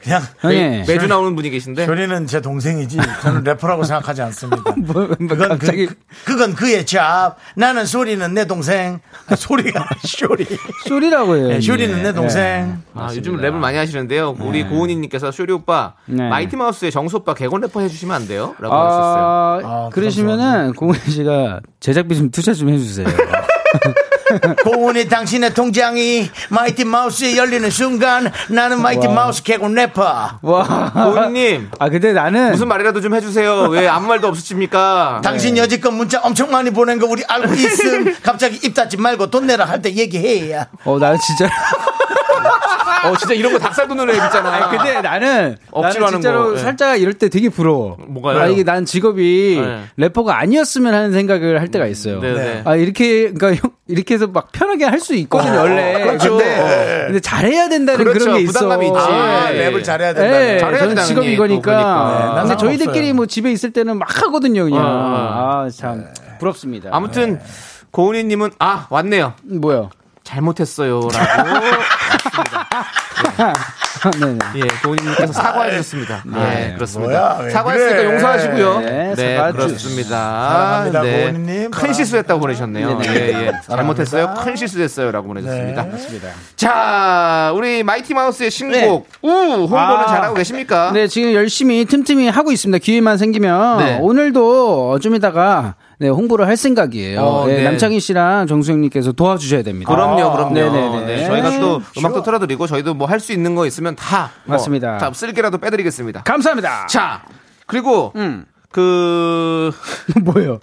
Speaker 2: 그냥
Speaker 9: 형님.
Speaker 3: 매주 나오는 분이 계신데.
Speaker 2: 쇼리는 제 동생이지
Speaker 3: 음.
Speaker 2: 저는 래퍼라고 생각하지 않습니다
Speaker 9: 뭐,
Speaker 2: 그건,
Speaker 9: 갑자기.
Speaker 2: 그, 건 그의 잡 나는 소리는 내 동생 아, 소리가 쇼리
Speaker 9: 쇼리라고 해요.
Speaker 3: 예,
Speaker 2: 네, 쇼리는
Speaker 9: 형님.
Speaker 2: 내 동생
Speaker 9: 네.
Speaker 3: 아, 요즘 랩을 많이 하시는데요. 우리 고은이님께서 쇼리 오빠
Speaker 9: 네.
Speaker 3: 마이티 마우스의 정수 오빠 개건 래퍼 해주시면 안 돼요? 라고 하셨어요.
Speaker 9: 아,
Speaker 2: 아,
Speaker 9: 그러시면은, 공은 씨가 제작비 좀 투자 좀 해주세요.
Speaker 2: 고운이 당신의 통장이 마이티 마우스에 열리는 순간 나는 마이티 마우스 개곤 래퍼
Speaker 9: 와.
Speaker 3: 고은님
Speaker 9: 아, 근데 나는.
Speaker 3: 무슨 말이라도 좀 해주세요. 왜 아무 말도 없으십니까?
Speaker 2: 당신 여지껏 문자 엄청 많이 보낸 거 우리 알고 있음 갑자기 입 닫지 말고 돈 내라 할 때 얘기해야
Speaker 9: 어, 나는 진짜.
Speaker 3: 어 진짜 이런 거 닭살 돋는 랩 있잖아.
Speaker 9: 아니, 근데 나는
Speaker 3: 억지로
Speaker 9: 나는
Speaker 3: 하는
Speaker 9: 진짜로
Speaker 3: 거, 예.
Speaker 9: 살짝 이럴 때 되게 부러워.
Speaker 3: 뭐가요?
Speaker 9: 아, 이게 난 직업이
Speaker 3: 예.
Speaker 9: 래퍼가 아니었으면 하는 생각을 할 때가 있어요.
Speaker 3: 네, 네.
Speaker 9: 아 이렇게 그러니까 형, 이렇게 해서 막 편하게 할 수 있거든요 원래.
Speaker 3: 그렇죠.
Speaker 9: 근데, 근데 잘해야 된다는 그런
Speaker 3: 그렇죠.
Speaker 9: 게 있어.
Speaker 3: 부담감이 있지. 네.
Speaker 2: 아,
Speaker 9: 네.
Speaker 2: 랩을 잘해야 된다
Speaker 9: 예,
Speaker 3: 잘해야
Speaker 9: 저는
Speaker 3: 된다는
Speaker 9: 직업이
Speaker 3: 게
Speaker 9: 이거니까.
Speaker 3: 그거니까.
Speaker 2: 네, 난
Speaker 9: 근데
Speaker 2: 상관없어요.
Speaker 9: 저희들끼리 뭐 집에 있을 때는 막 하거든요 그냥.
Speaker 3: 아.
Speaker 9: 아 참 부럽습니다. 음,
Speaker 3: 아무튼 고은이님은 아 왔네요.
Speaker 9: 뭐요?
Speaker 3: 잘못했어요라고
Speaker 9: 네네.
Speaker 3: 예 고은이님께서 사과해 주셨습니다. 네,
Speaker 2: 뭐야,
Speaker 3: 그렇습니다.
Speaker 2: 왜
Speaker 3: 사과했으니까
Speaker 2: 그래.
Speaker 3: 용서하시고요.
Speaker 9: 네,
Speaker 3: 네,
Speaker 9: 사과해
Speaker 3: 그렇습니다.
Speaker 2: 사랑합니다,
Speaker 3: 네.
Speaker 2: 고은이님.
Speaker 3: 큰 실수했다고 보내셨네요.
Speaker 9: 네,
Speaker 3: 예,
Speaker 9: 네.
Speaker 3: 예. 잘못했어요. 큰 실수했어요라고 보내셨습니다.
Speaker 2: 네.
Speaker 3: 자 우리 마이티 마우스의 신곡 우 홍보는
Speaker 9: 아.
Speaker 3: 잘하고 계십니까?
Speaker 9: 네, 지금 열심히 틈틈이 하고 있습니다. 기회만 생기면
Speaker 3: 네.
Speaker 9: 오늘도 좀 이따가 네, 홍보를 할 생각이에요.
Speaker 3: 어,
Speaker 9: 예,
Speaker 3: 네.
Speaker 9: 남창희 씨랑 정수영님께서 도와주셔야 됩니다.
Speaker 3: 그럼요, 그럼요.
Speaker 9: 네네네.
Speaker 3: 네, 저희가 또 음악도 틀어드리고 저희도 뭐 할 수 있는 거 있으면 다 뭐,
Speaker 9: 맞습니다.
Speaker 3: 다 쓸게라도 빼드리겠습니다.
Speaker 9: 감사합니다.
Speaker 3: 자 그리고
Speaker 9: 음.
Speaker 3: 그
Speaker 9: 뭐예요?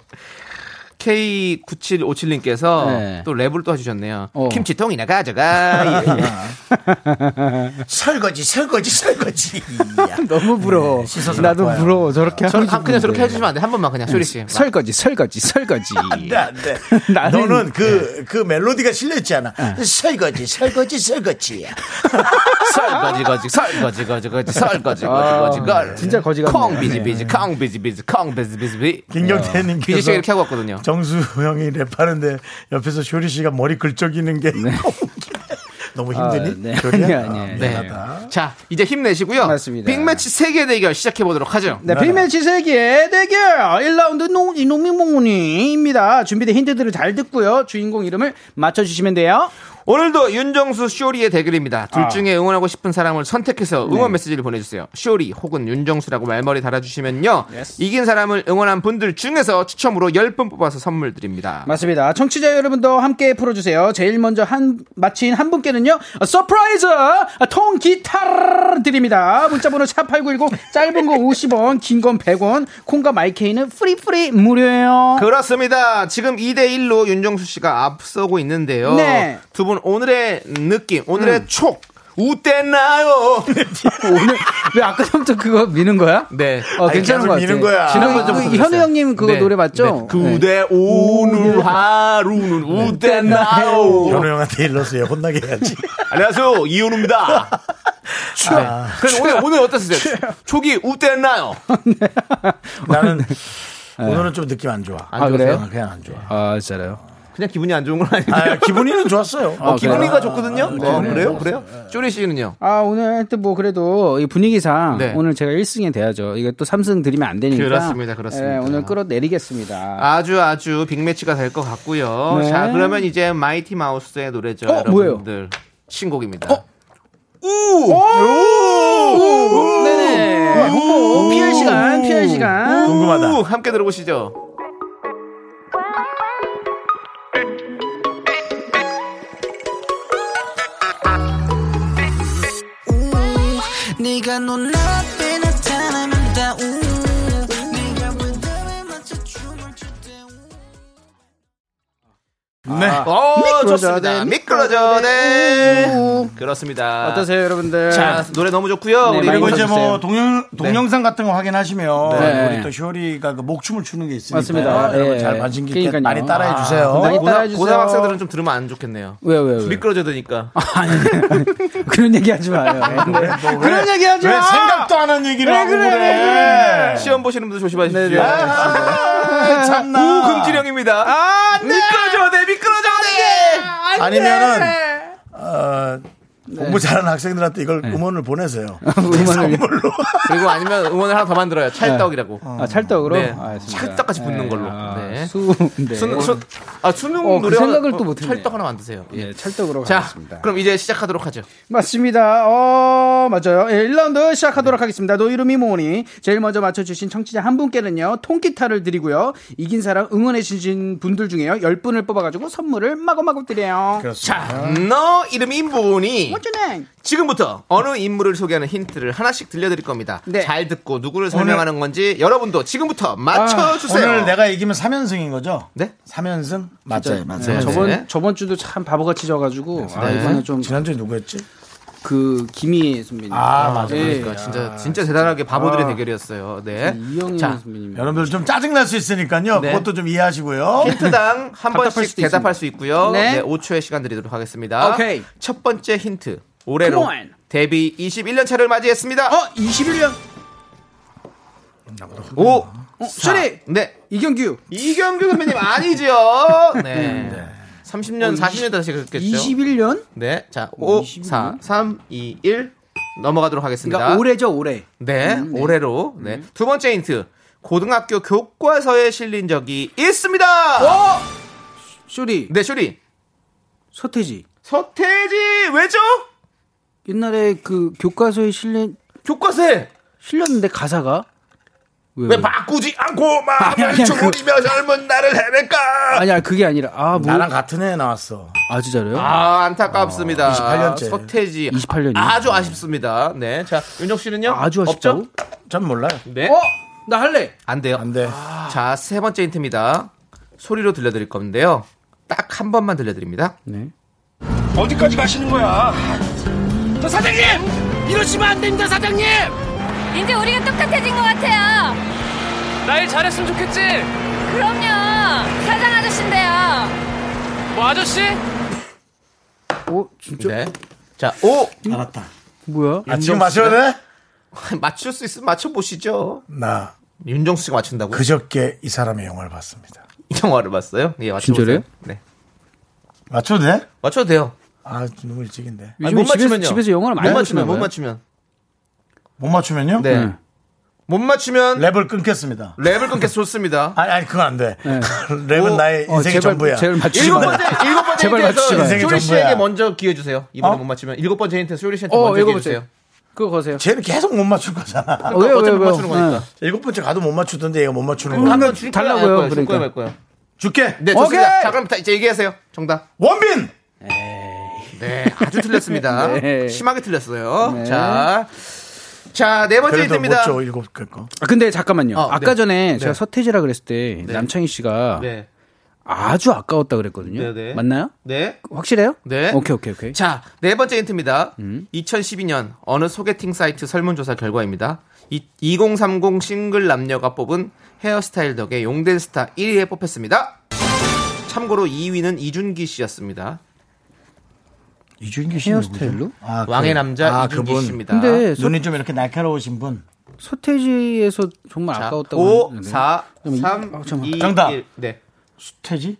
Speaker 3: K9757님께서
Speaker 9: 네.
Speaker 3: 또 랩을 또 해주셨네요.
Speaker 9: 어. 아,
Speaker 3: 김치통이나 가져가. 예, 예.
Speaker 2: 설거지, 설거지, 설거지. 이야.
Speaker 9: 너무 부러워.
Speaker 2: 씻어서
Speaker 9: 네, 나도
Speaker 2: 갖고 와요.
Speaker 9: 부러워. 저렇게
Speaker 3: 저는
Speaker 9: 하고
Speaker 3: 한- 그냥
Speaker 9: 싶은데.
Speaker 3: 저렇게 해주시면 안 돼. 한 번만 그냥 쇼리 씨.
Speaker 9: 네. 설거지, 설거지, 설거지.
Speaker 2: 안돼 안돼.
Speaker 9: 나는-
Speaker 2: 네, 너는 그 그 멜로디가 실려 있지 않아. 설거지 설거지 설거지.
Speaker 3: 설거지 거지 설거지 거지 거지 설거지 거지 거지 걸.
Speaker 9: 아, 진짜 거지 같네.
Speaker 3: 콩 비지 비지 콩 비지 비지 콩 비지 비지 비.
Speaker 2: 김경태님께서
Speaker 3: 비지 씨가 이렇게 하고 왔거든요.
Speaker 2: 정수 형이 랩하는데 옆에서 쇼리 씨가 머리 긁적이는 게 너무 웃기네. 너무 힘드니?
Speaker 9: 아, 네.
Speaker 2: 쇼리야?
Speaker 9: 아니, 아니, 아니.
Speaker 2: 아,
Speaker 3: 네.
Speaker 2: 미안하다.
Speaker 3: 자 이제 힘내시고요.
Speaker 9: 맞습니다.
Speaker 3: 빅매치 세계 대결 시작해 보도록 하죠.
Speaker 9: 네, 빅매치 세계 대결 1라운드 농, 이놈이 몽니입니다. 준비된 힌트들을 잘 듣고요. 주인공 이름을 맞춰주시면 돼요.
Speaker 3: 오늘도 윤정수 쇼리의 대결입니다. 둘
Speaker 9: 아.
Speaker 3: 중에 응원하고 싶은 사람을 선택해서 응원 메시지를 보내주세요. 쇼리 혹은 윤정수라고 말머리 달아주시면요. 이긴 사람을 응원한 분들 중에서 추첨으로 10분 뽑아서 선물 드립니다.
Speaker 9: 맞습니다. 청취자 여러분도 함께 풀어주세요. 제일 먼저 한, 마친 한 분께는요, 어, 서프라이즈! 어, 통기타 드립니다. 문자번호 샵8910, 짧은 거 50원, 긴 건 100원, 콩과 마이케이는 프리프리 무료예요.
Speaker 3: 그렇습니다. 지금 2대1로 윤정수 씨가 앞서고 있는데요.
Speaker 9: 네.
Speaker 3: 두 분 오늘의 느낌, 오늘의 촉, 우땠나요?
Speaker 9: 그 오늘, 왜 아까 전부터 그거 미는 거야?
Speaker 3: 네.
Speaker 9: 어,
Speaker 2: 아니,
Speaker 9: 괜찮은
Speaker 2: 계속
Speaker 9: 것
Speaker 2: 미는
Speaker 9: 같아요.
Speaker 2: 거야.
Speaker 9: 지난번
Speaker 3: 아,
Speaker 9: 그 현우 형님 그거
Speaker 3: 네,
Speaker 9: 노래
Speaker 3: 네.
Speaker 9: 맞죠?
Speaker 3: 그대 오늘 하루는 우땠나요?
Speaker 2: 현우 형한테 일러서요 혼나게 해야지.
Speaker 3: 안녕하세요. 이현우입니다. 네. 그래서 오늘, 오늘 어땠어요? 촉이 우땠나요?
Speaker 2: 나는 오늘은 좀 느낌 안 좋아.
Speaker 3: 안 좋으세요?
Speaker 9: 네. 그래요?
Speaker 2: 그냥 안 좋아.
Speaker 9: 아, 진짜요?
Speaker 3: 그냥 기분이 안 좋은 건 아닌데.
Speaker 2: 아, 기분이는 좋았어요.
Speaker 9: 어, 기분이
Speaker 3: 기분이가 좋거든요? 어, 그래요? 그래요? 쪼리 씨는요?
Speaker 9: 아, 오늘 하여튼 뭐 그래도 이 분위기상
Speaker 3: 네.
Speaker 9: 오늘 제가 1승이 돼야죠. 이게 또 3승 드리면 안 되니까.
Speaker 3: 그렇습니다, 그렇습니다.
Speaker 9: 예, 오늘 끌어내리겠습니다.
Speaker 3: 아주 아주 빅매치가 될 것 같고요.
Speaker 9: 네.
Speaker 3: 자, 그러면 이제 마이티 마우스의 노래죠.
Speaker 9: 어, 뭐예요?
Speaker 3: 여러분들 신곡입니다.
Speaker 9: 네네. 홍보 PR 시간, PR 시간.
Speaker 2: 궁금하다.
Speaker 3: 우, 함께 들어보시죠.
Speaker 6: 네가 눈앞에 나타나면 다 우. 네가 리듬에 맞춰 춤을 출때 우.
Speaker 2: 네.
Speaker 9: 아,
Speaker 3: 어,
Speaker 9: 미끄러져,
Speaker 3: 좋습니다.
Speaker 9: 네,
Speaker 3: 미끄러져, 네. 그렇습니다.
Speaker 9: 어떠세요, 여러분들?
Speaker 3: 자, 노래 너무 좋고요.
Speaker 9: 네,
Speaker 3: 우리
Speaker 9: 많이
Speaker 2: 그리고
Speaker 3: 그리고
Speaker 2: 이제
Speaker 9: 해주세요.
Speaker 2: 뭐 동영 동영상 같은 거 확인하시면
Speaker 9: 네.
Speaker 2: 우리 또 쇼리가 그 목춤을 추는 게 있으니까
Speaker 9: 맞습니다.
Speaker 2: 여러분
Speaker 9: 예.
Speaker 2: 잘 관심 깊게
Speaker 9: 그러니까요.
Speaker 2: 많이 따라해
Speaker 9: 아,
Speaker 2: 주세요.
Speaker 9: 많이
Speaker 3: 어? 고사,
Speaker 9: 따라해주세요.
Speaker 3: 고등학생들은 좀 들으면 안 좋겠네요.
Speaker 9: 왜, 왜, 왜?
Speaker 3: 미끄러져 되니까.
Speaker 9: 아니, 아니. 그런 얘기 하지 마요.
Speaker 3: 아, 네.
Speaker 9: 네. 아, 그런 얘기 하지 마!
Speaker 2: 왜 생각도 안 한 얘기를
Speaker 9: 왜
Speaker 2: 하고
Speaker 9: 그래,
Speaker 2: 그래?
Speaker 3: 시험 보시는 분들 조심하십시오.
Speaker 2: 아, 참나.
Speaker 3: 우금지령입니다. 미끄러져, 네, 미끄러져, 네.
Speaker 2: 아니면은 어,
Speaker 9: 네.
Speaker 2: 공부 잘하는 학생들한테 이걸 음원을 보내세요.
Speaker 3: 뭐
Speaker 9: 음원을.
Speaker 2: 선물로.
Speaker 3: 그리고 아니면 응원을 하나 더 만들어요. 찰떡이라고.
Speaker 9: 아, 찰떡으로?
Speaker 3: 네.
Speaker 9: 아, 알겠습니다.
Speaker 3: 찰떡같이 붙는 걸로.
Speaker 9: 아,
Speaker 3: 네.
Speaker 9: 수, 네.
Speaker 3: 수능, 수, 아, 수능
Speaker 9: 어, 그
Speaker 3: 노래
Speaker 9: 생각을
Speaker 3: 하나-
Speaker 9: 또 못했네.
Speaker 3: 찰떡 하나 만드세요. 예.
Speaker 9: 네, 찰떡으로
Speaker 3: 자,
Speaker 9: 가겠습니다.
Speaker 3: 그럼 이제 시작하도록 하죠.
Speaker 9: 맞습니다. 어, 맞아요. 예, 1라운드 시작하도록 하겠습니다. 너 이름이 뭐니? 제일 먼저 맞춰주신 청취자 한 분께는요, 통기타를 드리고요, 이긴 사람 응원해주신 분들 중에요, 10분을 뽑아가지고 선물을 마구마구 드려요. 아.
Speaker 3: 자, 너 이름이 뭐니?
Speaker 9: What's your name?
Speaker 3: 지금부터 어느 인물을 소개하는 힌트를 하나씩 들려드릴 겁니다.
Speaker 9: 네. 아,
Speaker 3: 잘 듣고 누구를 설명하는 건지 여러분도 지금부터 맞춰주세요.
Speaker 2: 오늘 내가 이기면 3연승인 거죠?
Speaker 3: 네?
Speaker 2: 3연승? 맞아요. 맞아요.
Speaker 3: 네.
Speaker 9: 저번, 저번 주도 참 바보같이 져가지고, 아, 이번에 좀,
Speaker 2: 지난주에 누구였지?
Speaker 9: 그, 김희 선배님.
Speaker 2: 아, 맞아.
Speaker 9: 예.
Speaker 3: 그러니까 진짜 진짜 대단하게 바보들의 대결이었어요. 네.
Speaker 9: 아, 이영희
Speaker 3: 자,
Speaker 9: 선배님.
Speaker 2: 여러분들 좀 짜증날 수 있으니까요.
Speaker 3: 네.
Speaker 2: 그것도 좀 이해하시고요.
Speaker 3: 힌트당 한
Speaker 9: 답답할
Speaker 3: 번씩
Speaker 9: 수도
Speaker 3: 대답할 수 있고요.
Speaker 9: 네.
Speaker 3: 네. 5초의 시간 드리도록 하겠습니다.
Speaker 9: 오케이.
Speaker 3: 첫 번째 힌트. 올해로
Speaker 9: Come on.
Speaker 3: 데뷔 21년 차를 맞이했습니다.
Speaker 9: 어, 21년,
Speaker 3: 오.
Speaker 9: 어,
Speaker 3: 사.
Speaker 9: 쇼리!
Speaker 3: 네.
Speaker 9: 이경규.
Speaker 3: 이경규 선배님 아니지요. 네.
Speaker 9: 어,
Speaker 3: 30년, 40년 다시 그랬겠죠.
Speaker 9: 21년?
Speaker 3: 네. 자, 5,
Speaker 9: 21?
Speaker 3: 4, 3, 2, 1. 넘어가도록 하겠습니다.
Speaker 9: 그러니까 올해죠, 음, 올해.
Speaker 3: 네, 올해로. 네. 두 번째 힌트. 고등학교 교과서에 실린 적이 있습니다.
Speaker 9: 쇼리,
Speaker 3: 네, 쇼리.
Speaker 9: 서태지.
Speaker 3: 서태지 왜죠?
Speaker 9: 옛날에 그 교과서에 실린,
Speaker 3: 교과서에
Speaker 9: 실렸는데 가사가?
Speaker 3: 왜 바꾸지 않고
Speaker 9: 음. 아니,
Speaker 3: 마음을
Speaker 9: 아니,
Speaker 3: 졸이며 젊은 나를 헤맬까?
Speaker 9: 아니야 그게 아니라 아 뭐?
Speaker 2: 나랑 같은 애 나왔어.
Speaker 9: 아 진짜로요?
Speaker 3: 아 안타깝습니다.
Speaker 2: 28년 째.
Speaker 3: 서태지
Speaker 9: 28년 이요?
Speaker 3: 아주 아쉽습니다. 네, 자 윤정 씨는요?
Speaker 9: 아주 아쉽다고?
Speaker 3: 없죠?
Speaker 2: 전 몰라요. 아,
Speaker 3: 네,
Speaker 9: 어? 나 할래.
Speaker 3: 안 돼요. 아.
Speaker 2: 안 돼.
Speaker 3: 자 세 번째 힌트입니다. 소리로 들려드릴 건데요. 딱 한 번만 들려드립니다.
Speaker 10: 어디까지 가시는 거야? 저 사장님! 이러시면 안 됩니다, 사장님!
Speaker 11: 이제 우리가 똑같아진 것 같아요.
Speaker 12: 나일 잘했으면 좋겠지?
Speaker 11: 그럼요. 사장 아저씨인데요.
Speaker 12: 뭐 아저씨?
Speaker 3: 오, 진짜? 네. 자, 오!
Speaker 2: 알았다.
Speaker 9: 어, 뭐야?
Speaker 2: 아, 지금 마셔야 돼?
Speaker 3: 맞출 수 있으면 맞춰보시죠.
Speaker 2: 나
Speaker 3: 윤정수 씨가 맞춘다고?
Speaker 2: 그저께 이 사람의 영화를 봤습니다.
Speaker 3: 이 영화를 봤어요? 예, 맞춰보세요.
Speaker 2: 진짜로요?
Speaker 3: 네.
Speaker 2: 맞춰도 돼?
Speaker 3: 맞춰도 돼요.
Speaker 2: 아, 너무 일찍인데.
Speaker 3: 아니, 못 맞추면요. 못 맞추면, 못 맞추면.
Speaker 2: 못 맞추면요?
Speaker 3: 네. 네. 못 맞추면
Speaker 2: 랩을 끊겠습니다.
Speaker 3: 랩을 끊게 좋습니다.
Speaker 2: 아니, 아니, 그건 안 돼. 랩은 나의
Speaker 3: 오,
Speaker 9: 어,
Speaker 2: 인생의
Speaker 3: 네. 어, 제발,
Speaker 2: 전부야.
Speaker 3: 제발 맞추지 일곱 번째, 일곱 번째
Speaker 2: 제발 맞추지 마.
Speaker 3: 힌트에서
Speaker 2: 인생의 전부야.
Speaker 3: 쇼리 씨에게 먼저 기회 주세요. 이번에
Speaker 2: 어?
Speaker 3: 못 맞추면 일곱 번째 힌트에서 쇼리 씨한테
Speaker 2: 어,
Speaker 3: 먼저 기회
Speaker 2: 읽어보세요.
Speaker 3: 주세요.
Speaker 9: 그거 거세요.
Speaker 2: 쟤는 계속 못 맞출 거잖아.
Speaker 3: 그러니까 왜요, 어차피 왜요, 못 맞추는 왜요? 거니까.
Speaker 2: 네. 일곱 번째 가도 못 맞추던데 얘가 못 맞추는
Speaker 3: 그럼
Speaker 2: 거야.
Speaker 3: 한번 줄 거야, 달라고요, 말 거야, 줄 그러니까. 거야, 말 거야.
Speaker 2: 줄게.
Speaker 3: 음. 네, 좋습니다. 자, 그럼 다 이제 얘기하세요. 정답.
Speaker 2: 원빈!
Speaker 3: 네, 아주 틀렸습니다.
Speaker 9: 네.
Speaker 3: 심하게 틀렸어요.
Speaker 9: 네.
Speaker 3: 자, 자, 네 번째
Speaker 9: 그래도
Speaker 3: 힌트입니다.
Speaker 9: 못 줘,
Speaker 2: 일곱 개 거.
Speaker 9: 아, 근데 잠깐만요.
Speaker 3: 어,
Speaker 9: 아까
Speaker 3: 네.
Speaker 9: 전에
Speaker 3: 네.
Speaker 9: 제가 서태지라 그랬을 때 남창희 씨가
Speaker 3: 네.
Speaker 9: 아주 아까웠다 그랬거든요.
Speaker 3: 네, 네.
Speaker 9: 맞나요?
Speaker 3: 네.
Speaker 9: 확실해요?
Speaker 3: 네.
Speaker 9: 오케이, 오케이, 음. 오케이.
Speaker 3: 자, 네 번째 힌트입니다. 2012년 어느 소개팅 사이트 설문조사 결과입니다. 이, 2030 싱글 남녀가 뽑은 헤어스타일 덕에 용된 스타 1위에 뽑혔습니다. 참고로 2위는 이준기 씨였습니다.
Speaker 2: 이준기 씨
Speaker 9: 헤어스타일로?
Speaker 2: 아,
Speaker 3: 왕의 남자 이준기 씨입니다.
Speaker 9: 그, 근데 서,
Speaker 2: 눈이 좀 이렇게 날카로우신 분.
Speaker 9: 서태지에서 정말 아까웠다고.
Speaker 3: 5,
Speaker 9: 그랬는데. 네.
Speaker 3: 4,
Speaker 9: 그럼 이-
Speaker 3: 3,
Speaker 9: 아, 잠깐만.
Speaker 3: 2,
Speaker 2: 정답.
Speaker 3: 1. 네.
Speaker 2: 수태지?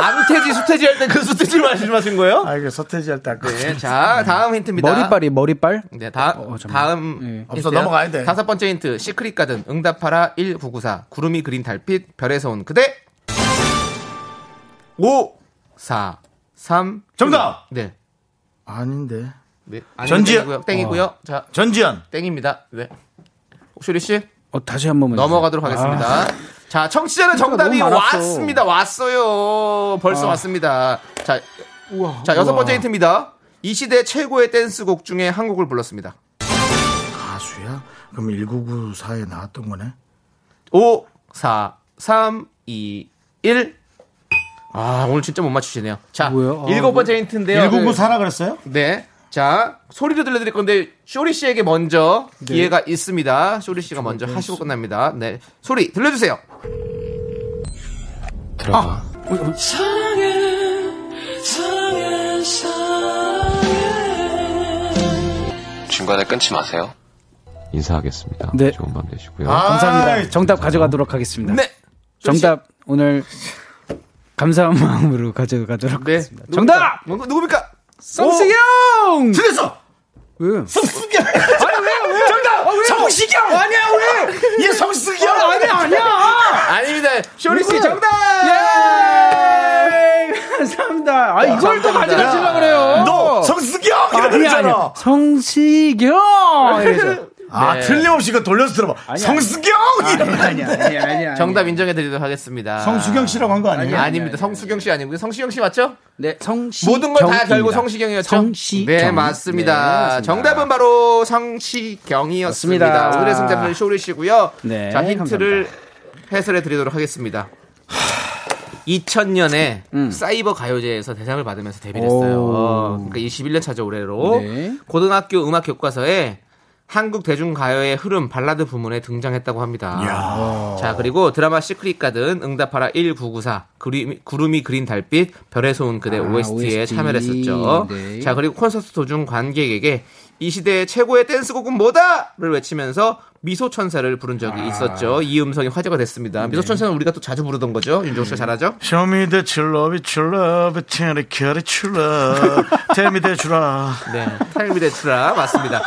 Speaker 3: 안태지, 수태지 할 때 그 수태지를 말씀하신 거예요?
Speaker 2: 아, 이거 서태지 할 때 아까.
Speaker 3: 네, 자, 다음 힌트입니다.
Speaker 9: 머리빨이, 머리빨?
Speaker 3: 네, 다,
Speaker 2: 어,
Speaker 3: 다음.
Speaker 2: 예. 없어,
Speaker 3: 힌트요.
Speaker 2: 넘어가야 돼.
Speaker 3: 다섯 번째 힌트. 시크릿 가든, 응답하라 1994. 구름이 그린 달빛, 별에서 온 그대. 5, 4, 3.
Speaker 2: 정답!
Speaker 3: 네.
Speaker 2: 아닌데.
Speaker 3: 네. 아니,
Speaker 2: 전지현.
Speaker 3: 땡이고요. 땡이고요. 자,
Speaker 2: 전지현.
Speaker 3: 땡입니다. 네. 쇼리 씨,
Speaker 9: 어, 다시 한 번만.
Speaker 3: 넘어가도록
Speaker 2: 아.
Speaker 3: 하겠습니다. 자, 청취자는 정답이
Speaker 9: 너무 많았어.
Speaker 3: 왔습니다. 왔어요. 벌써
Speaker 9: 아.
Speaker 3: 왔습니다. 자, 자, 여섯 번째 힌트입니다. 이 시대 최고의 댄스곡 중에 한 곡을 불렀습니다.
Speaker 2: 가수야? 그럼 1994에 나왔던 거네?
Speaker 3: 5, 4, 3, 2, 1. 아, 오늘 진짜 못 맞추시네요. 자, 일곱 번째 힌트인데요.
Speaker 2: 1994라 그랬어요?
Speaker 3: 네. 자, 소리도 들려드릴 건데, 쇼리 씨에게 먼저 기회가 있습니다. 쇼리 씨가 먼저 하시고 끝납니다. 네. 소리 들려주세요.
Speaker 4: 들어봐.
Speaker 13: 중간에 끊지 마세요. 인사하겠습니다.
Speaker 9: 네.
Speaker 13: 좋은 밤 되시고요.
Speaker 9: 아, 감사합니다. 정답 가져가도록 하겠습니다.
Speaker 3: 네.
Speaker 9: 정답 오늘 감사한 마음으로 가져가도록
Speaker 3: 네.
Speaker 9: 하겠습니다. 정답!
Speaker 3: 누구, 누굽니까?
Speaker 9: 성시경!
Speaker 2: 틀렸어!
Speaker 9: 왜?
Speaker 2: 성시경!
Speaker 9: 아니, 왜, 왜?
Speaker 2: 정답!
Speaker 9: 아, 왜?
Speaker 2: 성시경!
Speaker 9: 아니야, 왜?
Speaker 2: 얘 성시경!
Speaker 9: 아, 아니야, 아니야!
Speaker 3: 아닙니다. 쇼리 씨
Speaker 9: 누구야?
Speaker 3: 정답!
Speaker 9: 예! 감사합니다. 아, 이걸 또
Speaker 3: 감사합니다.
Speaker 9: 가져가시려고 그래요.
Speaker 2: 너 성시경! 이러
Speaker 9: 아니,
Speaker 2: 어. 그러잖아.
Speaker 9: 아니. 성시경! 이래서.
Speaker 2: 아,
Speaker 3: 네.
Speaker 2: 틀림없이 그 돌려서 들어봐. 성수경! 이러면 안 돼.
Speaker 9: 아니야.
Speaker 3: 정답 인정해드리도록 하겠습니다.
Speaker 2: 성수경 씨라고 한 거 아니에요?
Speaker 3: 아닙니다. 성수경 씨 아니고요. 성시경 씨 맞죠?
Speaker 9: 네, 성시.
Speaker 3: 모든 걸 다
Speaker 9: 경입니다.
Speaker 3: 결국 성시경이었죠?
Speaker 9: 성시경.
Speaker 3: 네,
Speaker 9: 네,
Speaker 3: 맞습니다.
Speaker 9: 맞습니다.
Speaker 3: 정답은 바로 성시경이었습니다.
Speaker 9: 맞습니다.
Speaker 3: 오늘의 승자는 쇼리 씨고요.
Speaker 9: 네,
Speaker 3: 자, 힌트를 해설해 드리도록 하겠습니다. 2000년에 사이버 가요제에서 대상을 받으면서 데뷔를 했어요.
Speaker 9: 음. 오.
Speaker 3: 어, 그러니까 21년 차죠, 올해로.
Speaker 9: 네.
Speaker 3: 고등학교 음악 교과서에 한국 대중 가요의 흐름 발라드 부문에 등장했다고 합니다. 자, 그리고 드라마 시크릿 가든 응답하라 1994 그림이- 구름이 그린 달빛 별에서 온 그대
Speaker 9: 아,
Speaker 3: OST에
Speaker 9: OST.
Speaker 3: 참여를 했었죠.
Speaker 9: 네.
Speaker 3: 자, 그리고 콘서트 도중 관객에게 이 시대의 최고의 댄스곡은 뭐다를 외치면서 미소 천사를 부른
Speaker 9: 아.
Speaker 3: 적이 있었죠. 이 음성이 화제가 됐습니다.
Speaker 9: 네.
Speaker 3: 미소 천사는 우리가 또 자주 부르던 거죠. 윤종 씨가 잘하죠?
Speaker 2: Show me that you love it, you love it, tell it, tell it, you love. Tell me that you love.
Speaker 3: 네, 타임비 대출아 맞습니다.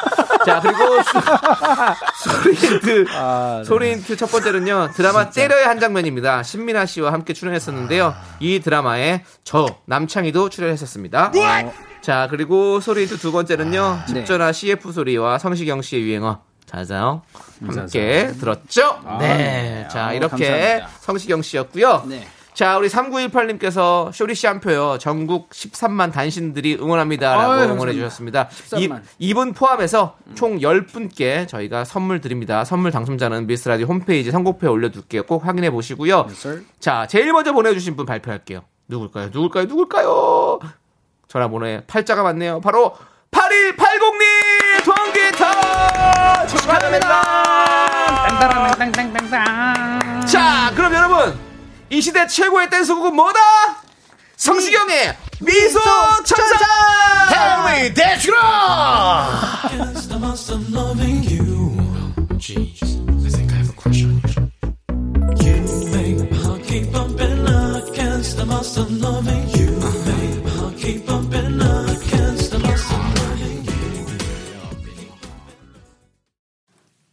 Speaker 3: 자 그리고 소- 소리인트
Speaker 9: 아, 네.
Speaker 3: 소리인트 첫 번째는요 드라마 때려의 한 장면입니다. 신민아 씨와 함께
Speaker 9: 아.
Speaker 3: 출연했었는데요. 이 드라마에 저 남창희도 출연했었습니다. 어. 자 그리고 소리인트 두
Speaker 9: 아,
Speaker 3: 번째는요
Speaker 9: 네.
Speaker 3: 집전화 CF 소리와 성시경 씨의 유행어 자자요 함께 들었죠. 네, 자 이렇게
Speaker 9: 아, 감사합니다. 네.
Speaker 3: 성시경 씨였고요. 자, 우리 3918님께서 쇼리씨 한 표요. 전국 13만 단신들이 응원합니다.
Speaker 9: 아유,
Speaker 3: 라고
Speaker 9: 감사합니다.
Speaker 3: 응원해주셨습니다.
Speaker 9: 13만.
Speaker 3: 이분 포함해서 총 10분께 저희가 선물 드립니다. 선물 당첨자는 미스라디 홈페이지 선곡표에 올려둘게요. 꼭 확인해 보시고요.
Speaker 9: 네,
Speaker 3: 자, 제일 먼저 보내주신 분 발표할게요. 누굴까요? 누굴까요? 누굴까요? 전화번호에 팔자가 맞네요. 바로 8180님! 통기타! 축하드립니다!
Speaker 9: 땅땅땅땅땅땅.
Speaker 3: 자, 그럼 여러분 이 시대 최고의 댄스곡은 뭐다? 성시경의 미소 천사.
Speaker 2: Tell me, that's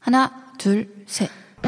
Speaker 8: 하나, 둘, 셋.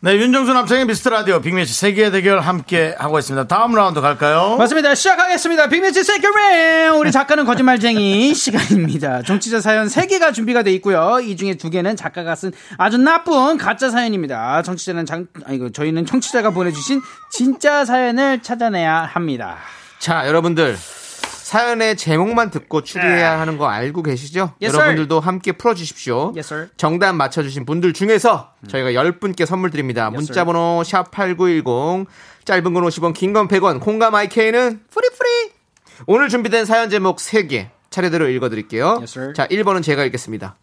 Speaker 2: 네 윤정수 남창희 미스터 라디오 빅매치 세계의 대결 함께 하고 있습니다 다음 라운드 갈까요?
Speaker 9: 맞습니다. 시작하겠습니다. 빅매치 세계맨 우리 작가는 거짓말쟁이 시간입니다. 정치자 사연 3개가 준비가 돼 있고요. 이 중에 2개는 작가가 쓴 아주 나쁜 가짜 사연입니다. 정치자는 장, 아이고, 저희는 청취자가 보내주신 진짜 사연을 찾아내야 합니다.
Speaker 3: 자, 여러분들 사연의 제목만 듣고 추리해야 하는 거 알고 계시죠?
Speaker 9: 네. Yes, sir.
Speaker 3: 여러분들도 함께 풀어 주십시오. 정답 맞춰 주신 분들 중에서 저희가 10분께 선물 드립니다.
Speaker 9: Yes,
Speaker 3: 문자
Speaker 9: sir.
Speaker 3: 번호 샵8910 짧은 건 50원, 긴 건 100원. 콩감 IK는 프리프리. 오늘 준비된 사연 제목 3개 차례대로 읽어 드릴게요. 자, 1번은 제가 읽겠습니다.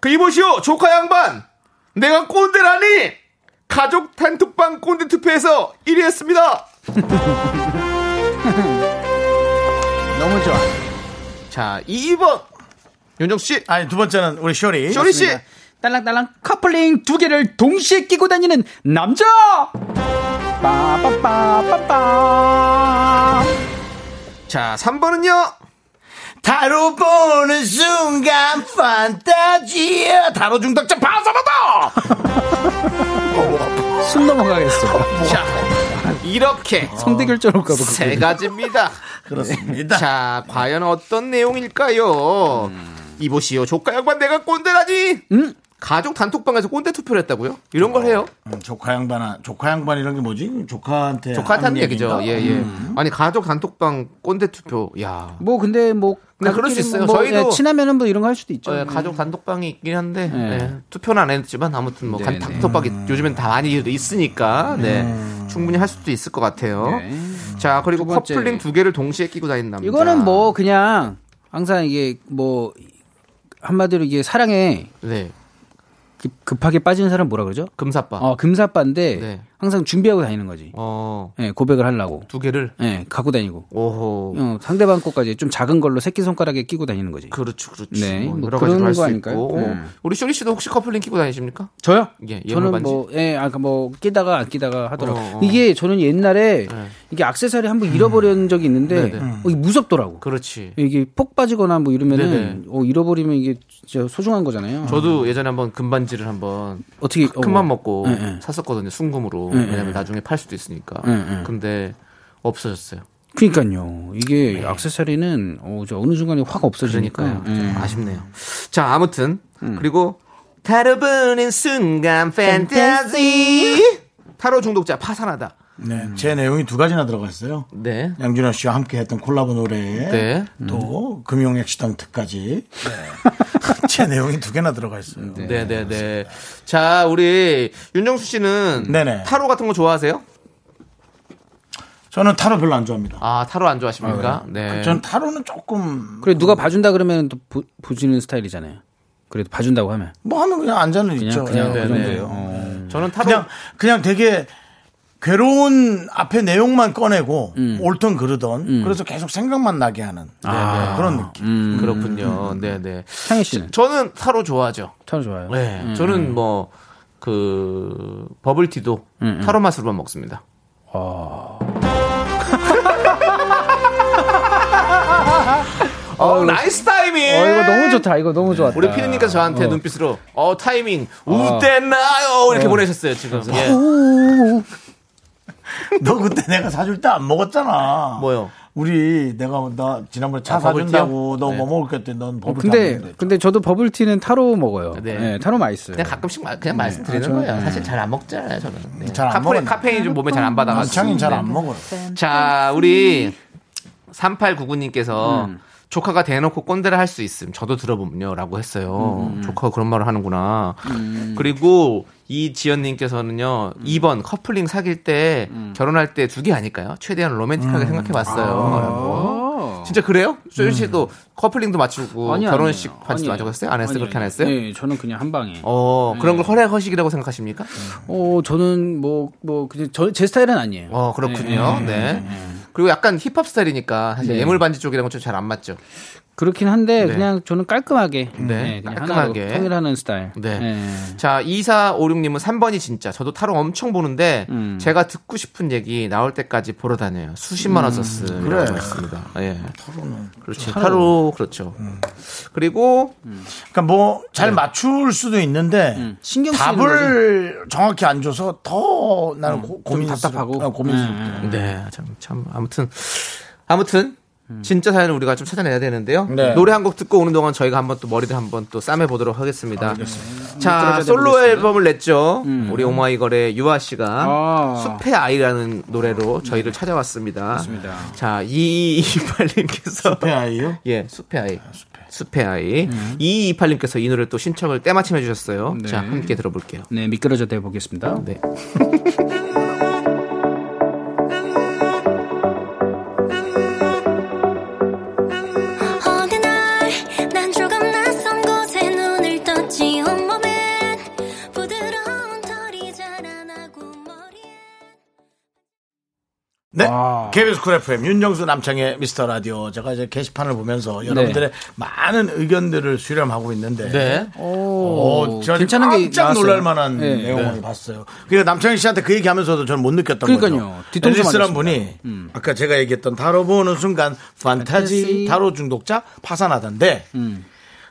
Speaker 3: 그 이보시오 조카 양반 내가 꼰대라니 가족 단톡방 꼰대 투표에서 1위 했습니다
Speaker 9: 너무 좋아
Speaker 3: 자 2번 윤정씨
Speaker 2: 아니 두 번째는 우리 쇼리
Speaker 3: 쇼리씨
Speaker 9: 그러니까 딸랑딸랑 커플링 두 개를 동시에 끼고 다니는 남자! 빠빠빠빠빠.
Speaker 3: 자 3번은요
Speaker 2: 다루 보는 순간 판타지야 다루 중독자 반사받아
Speaker 9: 숨 넘어가겠어.
Speaker 3: 자 이렇게
Speaker 9: 성대결절 올까 봐.
Speaker 3: 세 가지입니다
Speaker 2: 그렇습니다
Speaker 3: 자 과연 어떤 내용일까요 이보시오 조카 양반 내가 꼰대라니 가족 단톡방에서 꼰대 투표를 했다고요? 이런 걸 해요?
Speaker 2: 음, 조카 양반아 조카 양반 이런 게 뭐지? 네, 조카한테
Speaker 3: 조카한테
Speaker 2: 하는
Speaker 3: 하는 얘기죠.
Speaker 2: 얘기인가?
Speaker 3: 예, 예.
Speaker 2: 음.
Speaker 3: 아니, 가족 단톡방 꼰대 투표. 야
Speaker 9: 뭐 근데 뭐
Speaker 3: 네, 그럴 수 있어요.
Speaker 9: 뭐,
Speaker 3: 저희도-
Speaker 9: 예, 친하면은 뭐 이런 거 할 수도 있죠.
Speaker 3: 예,
Speaker 9: 예.
Speaker 3: 가족 단톡방이 있긴 한데
Speaker 9: 네.
Speaker 3: 예, 투표는 안 했지만 아무튼 뭐
Speaker 9: 네,
Speaker 3: 간- 단톡방이 요즘엔 다 많이 있으니까 네, 충분히 할 수도 있을 것 같아요. 자 그리고
Speaker 9: 음. 네. 번째.
Speaker 3: 커플링 두 개를 동시에 끼고 다니는 남자.
Speaker 9: 이거는 뭐 그냥 항상 이게 뭐 한마디로 이게 사랑에 급- 급하게 빠지는 사람 뭐라 그러죠?
Speaker 3: 네, 금사빠.
Speaker 9: 어, 금사빠인데
Speaker 3: 네.
Speaker 9: 항상 준비하고 다니는 거지.
Speaker 3: 어.
Speaker 9: 예, 고백을 하려고.
Speaker 3: 두 개를
Speaker 9: 예, 갖고 다니고.
Speaker 3: 오호.
Speaker 9: 어, 상대방 것까지 좀 작은 걸로 새끼 손가락에 끼고 다니는 거지.
Speaker 3: 그렇죠, 그렇죠.
Speaker 9: 네,
Speaker 3: 뭐
Speaker 9: 뭐
Speaker 3: 여러
Speaker 9: 그런
Speaker 3: 가지로 할
Speaker 9: 거
Speaker 3: 수
Speaker 9: 아닐까요?
Speaker 3: 있고.
Speaker 9: 네.
Speaker 3: 우리 쇼리 씨도 혹시 커플링 끼고 다니십니까?
Speaker 9: 저요?
Speaker 3: 예, 예,
Speaker 9: 저는
Speaker 3: 반지.
Speaker 9: 뭐, 예, 아까 뭐, 끼다가 안 끼다가 하더라고.
Speaker 3: 어, 어.
Speaker 9: 요 이게 저는 옛날에 이게 액세서리 한 번 잃어버린 적이 있는데,
Speaker 3: 음. 네네.
Speaker 9: 어, 이게 무섭더라고.
Speaker 3: 그렇지.
Speaker 9: 이게 폭 빠지거나 뭐 이러면은,
Speaker 3: 네네.
Speaker 9: 어, 잃어버리면 이게 진짜 소중한 거잖아요.
Speaker 3: 저도 예전에 한번 금반지를 한번
Speaker 9: 어떻게
Speaker 3: 큰맘
Speaker 9: 어.
Speaker 3: 먹고
Speaker 9: 예, 예.
Speaker 3: 샀었거든요. 순금으로.
Speaker 9: 예, 예.
Speaker 3: 왜냐면 나중에 팔 수도 있으니까.
Speaker 9: 예, 예.
Speaker 3: 근데 없어졌어요.
Speaker 9: 그니까요. 이게 액세서리는, 어, 저 어느 순간에 확 없어지니까.
Speaker 3: 그러니까요. 좀 아쉽네요. 자, 아무튼 그리고 타로 보는 순간 판타지 타로 중독자 파산하다.
Speaker 2: 네, 제 내용이 두 가지나 들어가 있어요.
Speaker 3: 네.
Speaker 2: 양준호 씨와 함께 했던 콜라보 노래에
Speaker 3: 네.
Speaker 2: 또 금용액 시당 특까지 제 내용이 두 개나 들어가 있어요.
Speaker 3: 네, 네, 네. 자, 우리 윤정수 씨는
Speaker 2: 네네.
Speaker 3: 타로 같은 거 좋아하세요?
Speaker 2: 저는 타로 별로 안 좋아합니다.
Speaker 3: 아, 타로 안 좋아하십니까?
Speaker 2: 아,
Speaker 3: 네.
Speaker 2: 전 타로는 조금
Speaker 9: 그래, 누가 봐준다 그러면 또 보, 보지는 스타일이잖아요. 그래도 봐준다고 하면.
Speaker 2: 뭐 하면 그냥 앉아는
Speaker 3: 그렇죠.
Speaker 2: 있죠.
Speaker 3: 네,
Speaker 9: 그냥,
Speaker 2: 예.
Speaker 9: 그 정도예요.
Speaker 3: 저는 타로
Speaker 2: 그냥 그냥 되게 괴로운 앞에 내용만 꺼내고 옳던 그르던 그래서 계속 생각만 나게 하는
Speaker 3: 아.
Speaker 2: 그런 느낌. 음.
Speaker 3: 그렇군요. 네, 네.
Speaker 9: 상희 씨는?
Speaker 3: 저는 타로 좋아하죠.
Speaker 9: 타로 좋아요.
Speaker 3: 네.
Speaker 9: 음.
Speaker 3: 저는 뭐 그 버블티도
Speaker 9: 음,
Speaker 3: 타로 맛으로만 먹습니다.
Speaker 9: 아.
Speaker 3: 어,
Speaker 9: 어우,
Speaker 3: 나이스 타이밍.
Speaker 9: 어, 이거 너무 좋다. 이거 너무 좋았다.
Speaker 3: 네. 우리 피디님께서 저한테
Speaker 9: 어.
Speaker 3: 눈빛으로 어 타이밍
Speaker 9: 어.
Speaker 3: 우대나요 이렇게
Speaker 9: 어.
Speaker 3: 보내셨어요 지금. 예.
Speaker 2: 너 그때 내가 사줄 때 안 먹었잖아.
Speaker 3: 뭐요?
Speaker 2: 우리 내가 나 지난번에 차
Speaker 9: 아, 버블티요?
Speaker 2: 사준다고 너 뭐 먹을 게 했더니 넌 버블티 안
Speaker 9: 근데
Speaker 2: 먹는데.
Speaker 9: 근데 저도 버블티는 타로 먹어요. 네, 타로 맛있어요.
Speaker 3: 그냥 가끔씩 마- 그냥 말씀드리는
Speaker 9: 아, 저는-
Speaker 3: 거예요.
Speaker 9: 네.
Speaker 3: 사실 잘 안 먹잖아요 저는. 네.
Speaker 2: 잘안
Speaker 3: 카페-
Speaker 2: 먹어요.
Speaker 3: 카페인 좀 몸에 잘 안 받아가지고.
Speaker 2: 남창이는 잘 안
Speaker 3: 네.
Speaker 2: 먹어요.
Speaker 9: 음.
Speaker 3: 자, 우리 3899님께서 조카가 대놓고 꼰대를 할 수 있음. 저도 들어보면요. 라고 했어요.
Speaker 9: 음.
Speaker 3: 조카가 그런 말을 하는구나. 그리고 이지연님께서는요,
Speaker 9: 음.
Speaker 3: 2번 커플링 사귈 때 결혼할 때 두 개 아닐까요? 최대한 로맨틱하게 생각해 봤어요. 진짜 그래요? 쇼윤 씨도 커플링도 맞추고
Speaker 9: 아니,
Speaker 3: 뭐 결혼식
Speaker 9: 아니에요.
Speaker 3: 반지도
Speaker 9: 아니에요.
Speaker 3: 맞춰봤어요? 안 했어요?
Speaker 9: 아니에요. 음.
Speaker 3: 그렇게 안 했어요?
Speaker 9: 네, 저는 그냥 한 방에.
Speaker 3: 어, 그런 걸 허례허식이라고 생각하십니까?
Speaker 9: 어, 저는 뭐, 뭐, 그냥 저, 제 스타일은 아니에요.
Speaker 3: 어, 그렇군요.
Speaker 9: 네,
Speaker 3: 네. 그리고 약간 힙합 스타일이니까 사실
Speaker 9: 네.
Speaker 3: 예물 반지 쪽이랑은 좀 잘 안 맞죠.
Speaker 9: 그렇긴 한데,
Speaker 3: 네.
Speaker 9: 그냥 저는 깔끔하게. 네, 그냥
Speaker 3: 깔끔하게.
Speaker 9: 하나로 통일하는 스타일.
Speaker 3: 네.
Speaker 9: 음.
Speaker 3: 자, 2456님은 3번이 진짜. 저도 타로 엄청 보는데, 제가 듣고 싶은 얘기 나올 때까지 보러 다녀요. 수십만 원
Speaker 9: 음,
Speaker 3: 썼음.
Speaker 9: 그래.
Speaker 3: 그래. 맞습니다. 예.
Speaker 2: 타로는.
Speaker 3: 그렇지.
Speaker 2: 타로.
Speaker 3: 타로, 그렇죠. 그리고,
Speaker 2: 그러니까 뭐 잘 맞출 수도 있는데
Speaker 9: 신경 쓰이는
Speaker 2: 답을 정확히 안 줘서 더 나는 고, 고민 답답하고 고민스럽다.
Speaker 3: 네. 참, 참, 아무튼. 아무튼. 진짜 사연을 우리가 좀 찾아내야 되는데요.
Speaker 2: 네.
Speaker 3: 노래 한 곡 듣고 오는 동안 저희가 한번 또 머리를 한번 또 싸매 보도록 하겠습니다.
Speaker 9: 들어가야
Speaker 3: 자,
Speaker 9: 되는
Speaker 3: 솔로
Speaker 9: 거겠습니다.
Speaker 3: 앨범을 냈죠. 우리 오마이걸의 유아 씨가
Speaker 9: 아.
Speaker 3: 숲의 아이라는 노래로 저희를 찾아왔습니다.
Speaker 9: 맞습니다.
Speaker 3: 자, 2228님께서 숲의
Speaker 2: 네, 아이요?
Speaker 3: 예, 숲의 아이. 숲의 아이. 2228님께서 이 노래 또 신청을 때마침 해주셨어요.
Speaker 9: 네.
Speaker 3: 자, 함께 들어볼게요.
Speaker 9: 네, 미끄러져 대보겠습니다.
Speaker 3: 네.
Speaker 6: 어느 날 난 조금 낯선 곳에 눈을 떴지 온몸엔 부드러운 털이 자라나고
Speaker 2: 네. KBS 쿨 FM 윤정수 남창의 미스터 라디오. 제가 이제 게시판을 보면서 여러분들의 많은 의견들을 수렴하고 있는데.
Speaker 9: 네.
Speaker 2: 오, 제가
Speaker 9: 어, 괜찮은 게
Speaker 2: 어, 깜짝
Speaker 9: 나왔어요.
Speaker 2: 놀랄 만한
Speaker 9: 네.
Speaker 2: 내용을
Speaker 9: 네.
Speaker 2: 봤어요. 그러니까 남창희 씨한테 그 얘기하면서도 저는 못 느꼈던
Speaker 9: 그러니까요.
Speaker 2: 거죠.
Speaker 9: 뒤통수
Speaker 2: 앨리스란
Speaker 9: 맞았습니다. 음.
Speaker 2: 분이 아까 제가 얘기했던 타로 보는 순간 판타지 타로 중독자 파산하던데
Speaker 9: 음.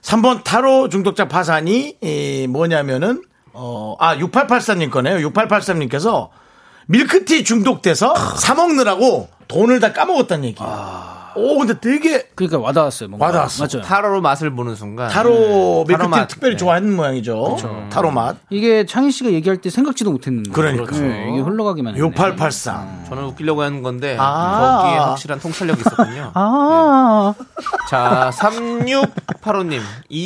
Speaker 2: 3번 타로 중독자 파산이 이, 뭐냐면은 어, 아 6884님 거네요. 6883님께서 밀크티 중독돼서 사 먹느라고 돈을 다 까먹었다는 얘기예요.
Speaker 9: 아.
Speaker 2: 오 근데 되게
Speaker 9: 그러니까 와닿았어요. 뭔가.
Speaker 2: 와닿았어.
Speaker 9: 맞아요.
Speaker 3: 타로로 맛을 보는 순간.
Speaker 2: 타로
Speaker 9: 네.
Speaker 2: 밀크티
Speaker 3: 맛.
Speaker 2: 를 특별히 좋아하는 모양이죠.
Speaker 9: 그렇죠.
Speaker 2: 타로 맛.
Speaker 9: 이게 창희 씨가 얘기할 때 생각지도 못했는데.
Speaker 2: 그러니까.
Speaker 9: 네, 이게 흘러가기만 했네.
Speaker 2: 6883.
Speaker 3: 저는 웃기려고 하는 건데
Speaker 9: 아.
Speaker 3: 거기에 확실한 통찰력이 있었군요.
Speaker 9: 아.
Speaker 3: 자, 3685님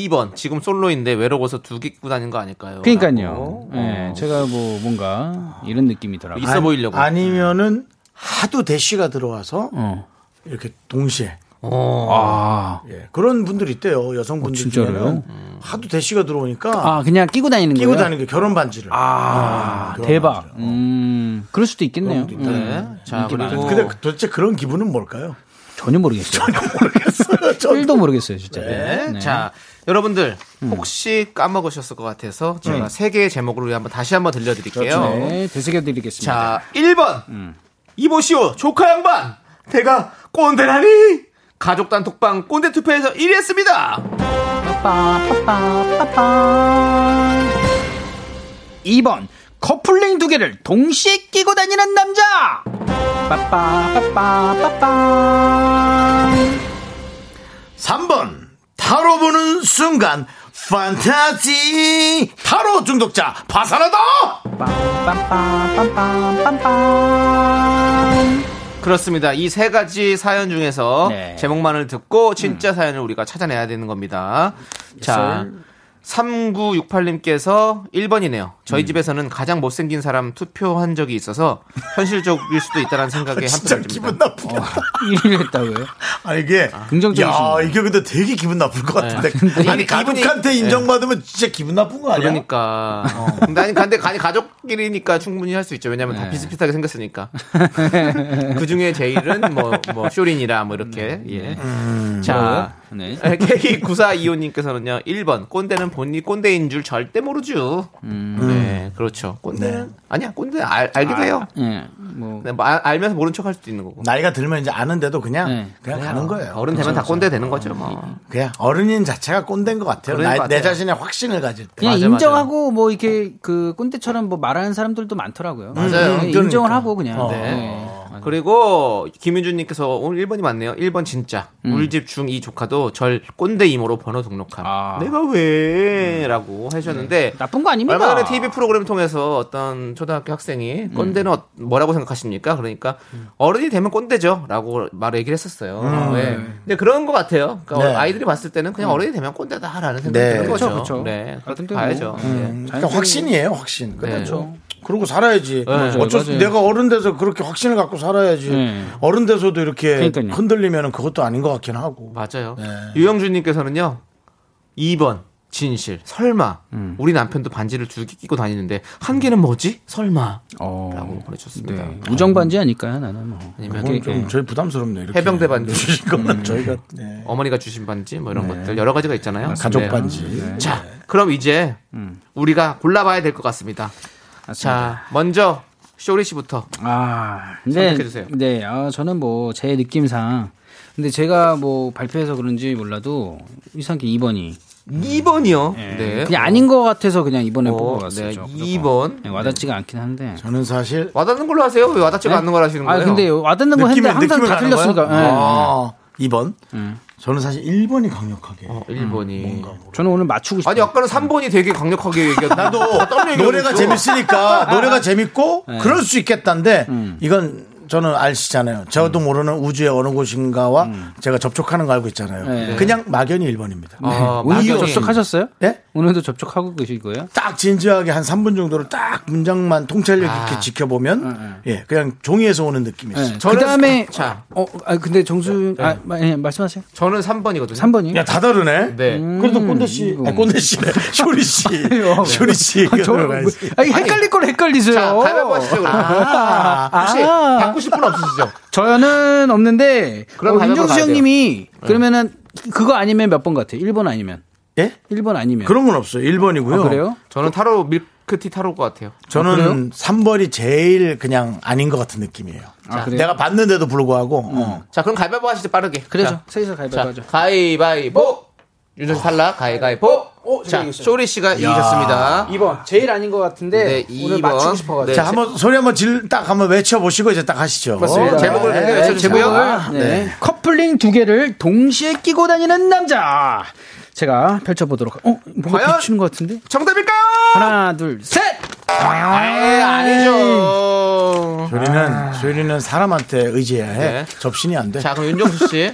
Speaker 3: 2번 지금 솔로인데 외로워서 두 개 입고 다닌 거 네. 아닐까요?
Speaker 9: 그러니까요. 예, 제가 뭐 뭔가 이런 느낌이더라고요.
Speaker 3: 있어 보이려고.
Speaker 2: 아니면은 하도 대쉬가 들어와서
Speaker 9: 어.
Speaker 2: 이렇게 동시에
Speaker 9: 아.
Speaker 2: 예, 그런 분들 있대요. 여성분들
Speaker 9: 진짜로요?
Speaker 2: 중에는 하도 대쉬가 들어오니까
Speaker 9: 아, 그냥 끼고 다니는
Speaker 2: 끼고
Speaker 9: 거예요?
Speaker 2: 다니는 게 결혼 반지를.
Speaker 9: 아, 대박. 음, 그럴 수도 있겠네요. 음.
Speaker 3: 자,
Speaker 9: 인기 많은.
Speaker 3: 그리고
Speaker 2: 근데 도대체 그런 기분은 뭘까요?
Speaker 9: 전혀 모르겠어요.
Speaker 2: 모르겠어요.
Speaker 9: 1도 모르겠어요, 진짜.
Speaker 3: 네. 자, 여러분들
Speaker 9: 음.
Speaker 3: 혹시 까먹으셨을 것 같아서 제가 세 개의 제목으로 한번 다시 한번 들려드릴게요.
Speaker 9: 네, 음. 되새겨 드리겠습니다.
Speaker 3: 자, 1번. 이보시오, 조카 양반. 내가 꼰대라니. 가족 단톡방 꼰대 투표에서 1위 했습니다.
Speaker 9: 2번. 커플링 두 개를 동시에 끼고 다니는 남자. 빠빠빠빠빠빠.
Speaker 2: 3번 타로 보는 순간 판타지 타로 중독자 파산하다.
Speaker 3: 그렇습니다. 이 세 가지 사연 중에서
Speaker 2: 네.
Speaker 3: 제목만을 듣고 진짜
Speaker 2: 음.
Speaker 3: 사연을 우리가 찾아내야 되는 겁니다. 자. 3968님께서 1번이네요. 저희
Speaker 2: 음.
Speaker 3: 집에서는 가장 못생긴 사람 투표한 적이 있어서 현실적일 수도 있다는 생각에
Speaker 2: 진짜
Speaker 3: 한편
Speaker 2: 기분 나쁘게.
Speaker 9: 1위를 했다고요?
Speaker 2: 아 이게 야
Speaker 9: 긍정적이시네요.
Speaker 2: 이게 근데 되게 기분 나쁠 것 같은데.
Speaker 3: 네. 근데
Speaker 2: 아니
Speaker 3: 이게
Speaker 2: 가족한테
Speaker 3: 기분이-
Speaker 2: 인정받으면 진짜 기분 나쁜 거 아니야?
Speaker 3: 그러니까.
Speaker 2: 어.
Speaker 3: 근데 아니, 근데 아니, 가족끼리니까 충분히 할 수 있죠. 왜냐면
Speaker 2: 네.
Speaker 3: 다 비슷비슷하게 생겼으니까. 그 중에 제일은 뭐, 뭐, 쇼린이라 뭐
Speaker 2: 네.
Speaker 3: 이렇게.
Speaker 2: 음.
Speaker 3: 예.
Speaker 9: 음.
Speaker 3: 자.
Speaker 9: 네.
Speaker 3: K9425님께서는요, 1번, 꼰대는 본인이 꼰대인 줄 절대 모르죠. 네, 그렇죠. 꼰대는, 음. 아니야, 꼰대 알, 알기도 해요.
Speaker 9: 예. 뭐
Speaker 3: 네, 뭐 아- 알면서 모른 척 할 수도 있는 거고.
Speaker 2: 나이가 들면 이제 아는데도 그냥 그냥
Speaker 3: 네. 그래요.
Speaker 2: 가는 거예요.
Speaker 3: 어른 되면 다 꼰대 되는 거죠, 뭐.
Speaker 2: 그냥 어른인 자체가 꼰대인 것 같아요.
Speaker 3: 그런
Speaker 2: 나-
Speaker 3: 것
Speaker 2: 내
Speaker 3: 같아요.
Speaker 2: 자신의 확신을 아, 가질 때.
Speaker 9: 그냥 인정하고 뭐 이렇게 그 꼰대처럼 뭐 말하는 사람들도 많더라고요.
Speaker 3: 맞아요.
Speaker 9: 네, 인정을 하고 그냥. 네.
Speaker 3: 그리고 김윤주님께서 오늘 1번이 맞네요. 1번 진짜. 우리 집 중 이 조카도 절 꼰대 이모로 번호 등록함. 내가 왜?라고 하셨는데
Speaker 9: 나쁜 거 아닙니다.
Speaker 3: 얼마 전에 TV 프로그램 통해서 어떤 초등학교 학생이 꼰대는 어- 뭐라고 생각하십니까? 그러니까 어른이 되면 꼰대죠라고 말을 얘기를 했었어요.
Speaker 2: 음.
Speaker 3: 네. 근데 그런 것 같아요. 그러니까
Speaker 2: 네.
Speaker 3: 아이들이 봤을 때는 그냥 어른이 되면 꼰대다라는 생각이
Speaker 2: 네.
Speaker 3: 드는
Speaker 2: 그쵸,
Speaker 3: 거죠.
Speaker 2: 그쵸.
Speaker 3: 네, 그렇게
Speaker 2: 뭐,
Speaker 3: 봐야죠.
Speaker 2: 음,
Speaker 3: 네.
Speaker 2: 그러니까 확신이에요, 확신.
Speaker 3: 그렇죠.
Speaker 2: 그러고 살아야지.
Speaker 3: 맞아요,
Speaker 2: 어쩔 수
Speaker 3: 맞아요.
Speaker 2: 내가 어른 돼서 그렇게 확신을 갖고 살아야지.
Speaker 3: 네.
Speaker 2: 어른 돼서도 이렇게
Speaker 3: 그러니까요.
Speaker 2: 흔들리면 그것도 아닌 것 같긴 하고.
Speaker 3: 맞아요.
Speaker 2: 네.
Speaker 3: 유영준님께서는요, 2번 진실. 설마
Speaker 2: 음.
Speaker 3: 우리 남편도 반지를 두 개 끼고 다니는데 한 개는 뭐지? 설마.
Speaker 2: 어.
Speaker 3: 라고 보내주셨습니다.
Speaker 2: 네.
Speaker 9: 우정 반지 아닐까요, 나는 뭐.
Speaker 3: 아니면
Speaker 9: 그게-
Speaker 3: 좀
Speaker 9: 예.
Speaker 2: 저희 부담스럽네요. 이렇게
Speaker 3: 네. 해병대 반지 음.
Speaker 2: 주신 거는 저희가 네.
Speaker 3: 어머니가 주신 반지 뭐 이런
Speaker 2: 네.
Speaker 3: 것들 여러 가지가 있잖아요.
Speaker 2: 가족
Speaker 3: 네.
Speaker 2: 반지.
Speaker 3: 네. 자, 그럼 이제
Speaker 9: 음.
Speaker 3: 우리가 골라봐야 될 것 같습니다. 자, 먼저 쇼리 씨부터
Speaker 9: 아,
Speaker 3: 선택해 주세요.
Speaker 9: 네, 아, 저는 뭐 제 느낌상 근데 제가 뭐 발표해서 그런지 몰라도 이상하게 2번이
Speaker 3: 2번이요. 네.
Speaker 9: 음. 그냥 아닌 것 같아서 그냥 이번에
Speaker 3: 어,
Speaker 9: 뽑아봤어요.
Speaker 3: 네,
Speaker 9: 저.
Speaker 3: 2번.
Speaker 9: 네, 와닿지가 않긴 한데.
Speaker 2: 저는 사실
Speaker 3: 와닿는 걸로 하세요. 왜 와닿지가
Speaker 9: 네?
Speaker 3: 않는 걸 하시는 거예요?
Speaker 9: 아, 근데 와닿는 거 했는데 항상 다
Speaker 2: 가는 거야?
Speaker 9: 틀렸으니까. 예. 음.
Speaker 2: 아, 2번. 저는 사실 1번이 강력하게.
Speaker 3: 1번이.
Speaker 9: 저는 오늘 맞추고
Speaker 3: 어, 아니, 아까는 3번이 되게 강력하게 얘기했는데.
Speaker 2: 나도
Speaker 3: 어떤 얘기를
Speaker 2: 노래가
Speaker 3: 했어?
Speaker 2: 재밌으니까 노래가 재밌고
Speaker 9: 예.
Speaker 3: 네.
Speaker 2: 그럴 수 있겠다인데
Speaker 9: 음.
Speaker 2: 이건 저는 아시잖아요. 저도 모르는 우주의 어느 곳인가와
Speaker 9: 음.
Speaker 2: 제가 접촉하는 거 알고 있잖아요.
Speaker 9: 네.
Speaker 2: 그냥 막연히 1번입니다.
Speaker 3: 어,
Speaker 9: 아, 오늘도 접촉하셨어요?
Speaker 2: 네?
Speaker 9: 오늘도 접촉하고 계실 거예요?
Speaker 2: 딱 진지하게 한 3분 정도를 딱 문장만 통찰력 있게
Speaker 9: 아.
Speaker 2: 지켜보면 예, 그냥 종이에서 오는 느낌이 있어요.
Speaker 9: 그 다음에 어, 아, 근데
Speaker 3: 네.
Speaker 9: 정수 아, 마- 예, 말씀하세요.
Speaker 3: 저는 3번이거든요.
Speaker 9: 3번이요?
Speaker 2: 예.
Speaker 9: 음.
Speaker 2: 야, 다 다르네.
Speaker 3: 네.
Speaker 2: 그래도 꼰대 씨, 아, 꼰대 씨네. 쇼리 씨. 쇼리 씨.
Speaker 9: 아, 저, 아니, 헷갈릴 걸 헷갈리세요.
Speaker 3: 자, 가위바위보 하시죠, 그럼.
Speaker 9: 어? 아,
Speaker 3: 혹시
Speaker 9: 아.
Speaker 3: 받고 싶은 분 없으시죠?
Speaker 9: 저는 없는데
Speaker 3: 그럼
Speaker 9: 어,
Speaker 3: 가위바위보
Speaker 9: 윤정수
Speaker 3: 가야 돼요.
Speaker 9: 형님이
Speaker 3: 네.
Speaker 9: 그러면은 그거 아니면 몇 번 같아요? 1번 아니면.
Speaker 2: 예?
Speaker 9: 1번 아니면.
Speaker 2: 그런 건 없어요. 1번이고요.
Speaker 9: 아, 그래요?
Speaker 3: 저는 타로 밀크티 타로 것 같아요.
Speaker 2: 저는 3번이 제일 그냥 아닌 것 같은 느낌이에요.
Speaker 3: 아, 음.
Speaker 2: 자,
Speaker 9: 네.
Speaker 3: 그래요?
Speaker 2: 내가 봤는데도 불구하고 어.
Speaker 3: 자, 그럼 가위바위보 하시죠, 빠르게.
Speaker 9: 그래요,
Speaker 3: 자,
Speaker 9: 세이서 네, 가위바위보
Speaker 3: 자,
Speaker 9: 하죠.
Speaker 3: 가위바위보. 윤정수 탈락, 가위바위보.
Speaker 9: 제가
Speaker 3: 자,
Speaker 9: 이겼어요.
Speaker 3: 쇼리 씨가
Speaker 2: 야.
Speaker 3: 이기셨습니다.
Speaker 9: 2번. 제일 아닌 것 같은데
Speaker 3: 네,
Speaker 9: 오늘 맞추고 싶어 가지고.
Speaker 2: 자, 한번 소리 한번 질, 딱 한번 외쳐보시고 이제 딱 하시죠.
Speaker 9: 네, 맞습니다.
Speaker 3: 제목을
Speaker 2: 네.
Speaker 3: 먼저 외쳐주세요.
Speaker 9: 어, 제목을
Speaker 3: 아,
Speaker 9: 네. 커플링 두 개를 동시에 끼고 다니는 남자. 제가 펼쳐보도록. 하- 어, 뭔가
Speaker 3: 과연?
Speaker 9: 비추는 것 같은데?
Speaker 3: 정답일까요?
Speaker 9: 하나, 둘, 셋.
Speaker 3: 아, 아니죠.
Speaker 2: 소리는, 소리는 사람한테 의지해야 해.
Speaker 3: 네.
Speaker 2: 접신이 안 돼.
Speaker 3: 자, 그럼 윤정수 씨.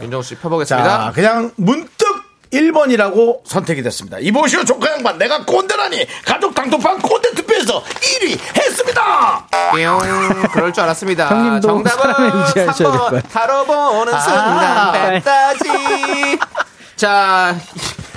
Speaker 3: 윤정수 씨 펴보겠습니다.
Speaker 2: 자, 그냥 문득 1번이라고 선택이 됐습니다. 이보시오, 조카 양반. 내가 꼰대라니. 가족 당도판 꼰대 투표에서 1위 했습니다!
Speaker 3: 뿅. 그럴 줄 알았습니다.
Speaker 2: 형님도
Speaker 3: 정답은
Speaker 2: 사람을 유지하셔야 될
Speaker 3: 3번
Speaker 2: 거예요.
Speaker 3: 다뤄보는 순간
Speaker 2: 아.
Speaker 3: 뱉다지. 자,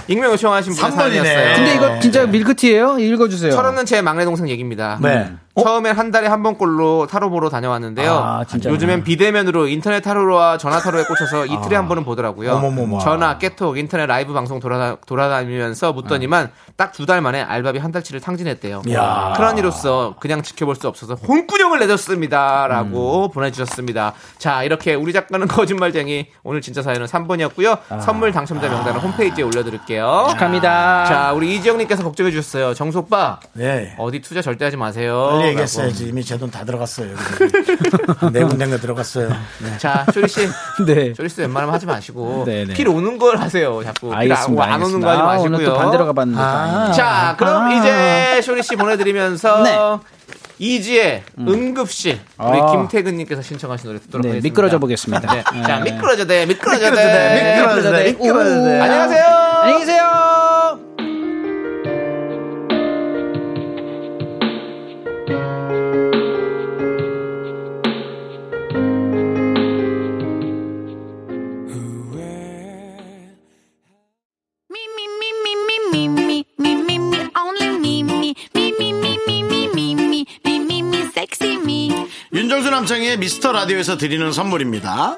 Speaker 3: 익명 요청하신 분
Speaker 2: 3번이네.
Speaker 3: 사연이었어요.
Speaker 9: 근데 이거 진짜 밀크티예요? 읽어주세요.
Speaker 3: 철없는 제 막내 동생 얘기입니다.
Speaker 9: 네.
Speaker 3: 어? 처음엔 한 달에 한 번꼴로 타로 보러 다녀왔는데요.
Speaker 9: 아, 진짜요?
Speaker 3: 요즘엔 비대면으로 인터넷 타로와 전화 타로에 꽂혀서 이틀에
Speaker 9: 아.
Speaker 3: 한 번은 보더라고요.
Speaker 2: 어머머머.
Speaker 3: 전화, 깨톡, 인터넷 라이브 방송 돌아다, 돌아다니면서 묻더니만
Speaker 9: 네.
Speaker 3: 딱 두 달 만에 알바비 한 달치를 탕진했대요.
Speaker 2: 이야.
Speaker 3: 그런 이로써 그냥 지켜볼 수 없어서 혼꾸녕을 내줬습니다. 라고
Speaker 9: 음.
Speaker 3: 보내주셨습니다. 자, 이렇게 우리 작가는 거짓말쟁이 오늘 진짜 사연은 3번이었고요. 선물 당첨자 명단은 홈페이지에 올려드릴게요.
Speaker 9: 아. 축하합니다.
Speaker 3: 자, 우리 이지영님께서 걱정해 주셨어요. 정수 오빠.
Speaker 2: 네.
Speaker 3: 어디 투자 절대 하지 마세요.
Speaker 2: 빨리
Speaker 3: 라고.
Speaker 2: 얘기했어야지. 이미 제 돈 다 들어갔어요. 여기저기. 네 군데가 들어갔어요. 네.
Speaker 3: 자, 쇼리 씨.
Speaker 9: 네.
Speaker 3: 쇼리 씨 웬만하면 하지 마시고
Speaker 9: 네, 네.
Speaker 3: 필 오는 걸 하세요. 자꾸
Speaker 9: 알겠습니다.
Speaker 3: 아, 필안 오는
Speaker 9: 알겠습니다.
Speaker 3: 거 하지
Speaker 9: 아,
Speaker 3: 마시고요.
Speaker 9: 오늘 또 반대로 가봤는데.
Speaker 3: 아. 자, 그럼
Speaker 9: 아. 네.
Speaker 3: 이제 쇼리 씨 보내드리면서 이지의 응급실 우리
Speaker 9: 음. 아.
Speaker 3: 김태근님께서 신청하신 노래 듣도록
Speaker 9: 네,
Speaker 3: 하겠습니다.
Speaker 9: 미끄러져 보겠습니다.
Speaker 3: 네. 자,
Speaker 9: 네.
Speaker 3: 미끄러져 대 미끄러져
Speaker 9: 미끄러져 대,
Speaker 3: 대
Speaker 9: 미끄러져 대, 미끄러져 대.
Speaker 3: 안녕하세요.
Speaker 9: 안녕히 계세요.
Speaker 6: me, me, me, me, me, only me, me, me, me, me, me, me, me, me, me, me, me, sexy me.
Speaker 2: 윤정수 남창의 미스터 라디오에서 드리는 선물입니다.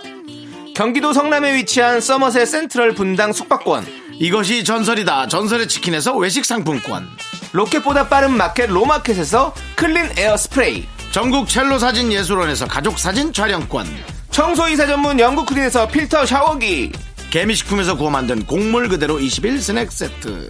Speaker 3: 경기도 성남에 위치한 서머셋 센트럴 분당 숙박권.
Speaker 2: 이것이 전설이다. 전설의 치킨에서 외식 상품권.
Speaker 3: 로켓보다 빠른 마켓 로마켓에서 클린 에어 스프레이.
Speaker 2: 전국 첼로 사진 예술원에서 가족 사진 촬영권.
Speaker 3: 청소이사 전문 영국 크린에서 필터 샤워기.
Speaker 2: 개미식품에서 구워 만든 곡물 그대로 21 스낵 세트.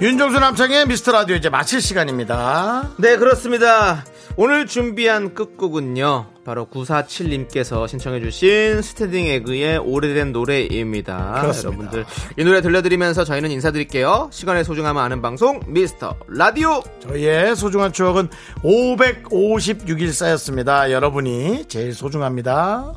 Speaker 2: 윤정수 남창의 미스터 라디오 이제 마칠 시간입니다.
Speaker 3: 네 그렇습니다 오늘 준비한 끝곡은요 바로 947님께서 신청해주신 스탠딩 에그의 오래된 노래입니다
Speaker 2: 그렇습니다.
Speaker 3: 여러분들 이 노래 들려드리면서 저희는 인사드릴게요 시간의 소중함을 아는 방송 미스터 라디오
Speaker 2: 저희의 소중한 추억은 556일 쌓였습니다. 여러분이 제일 소중합니다.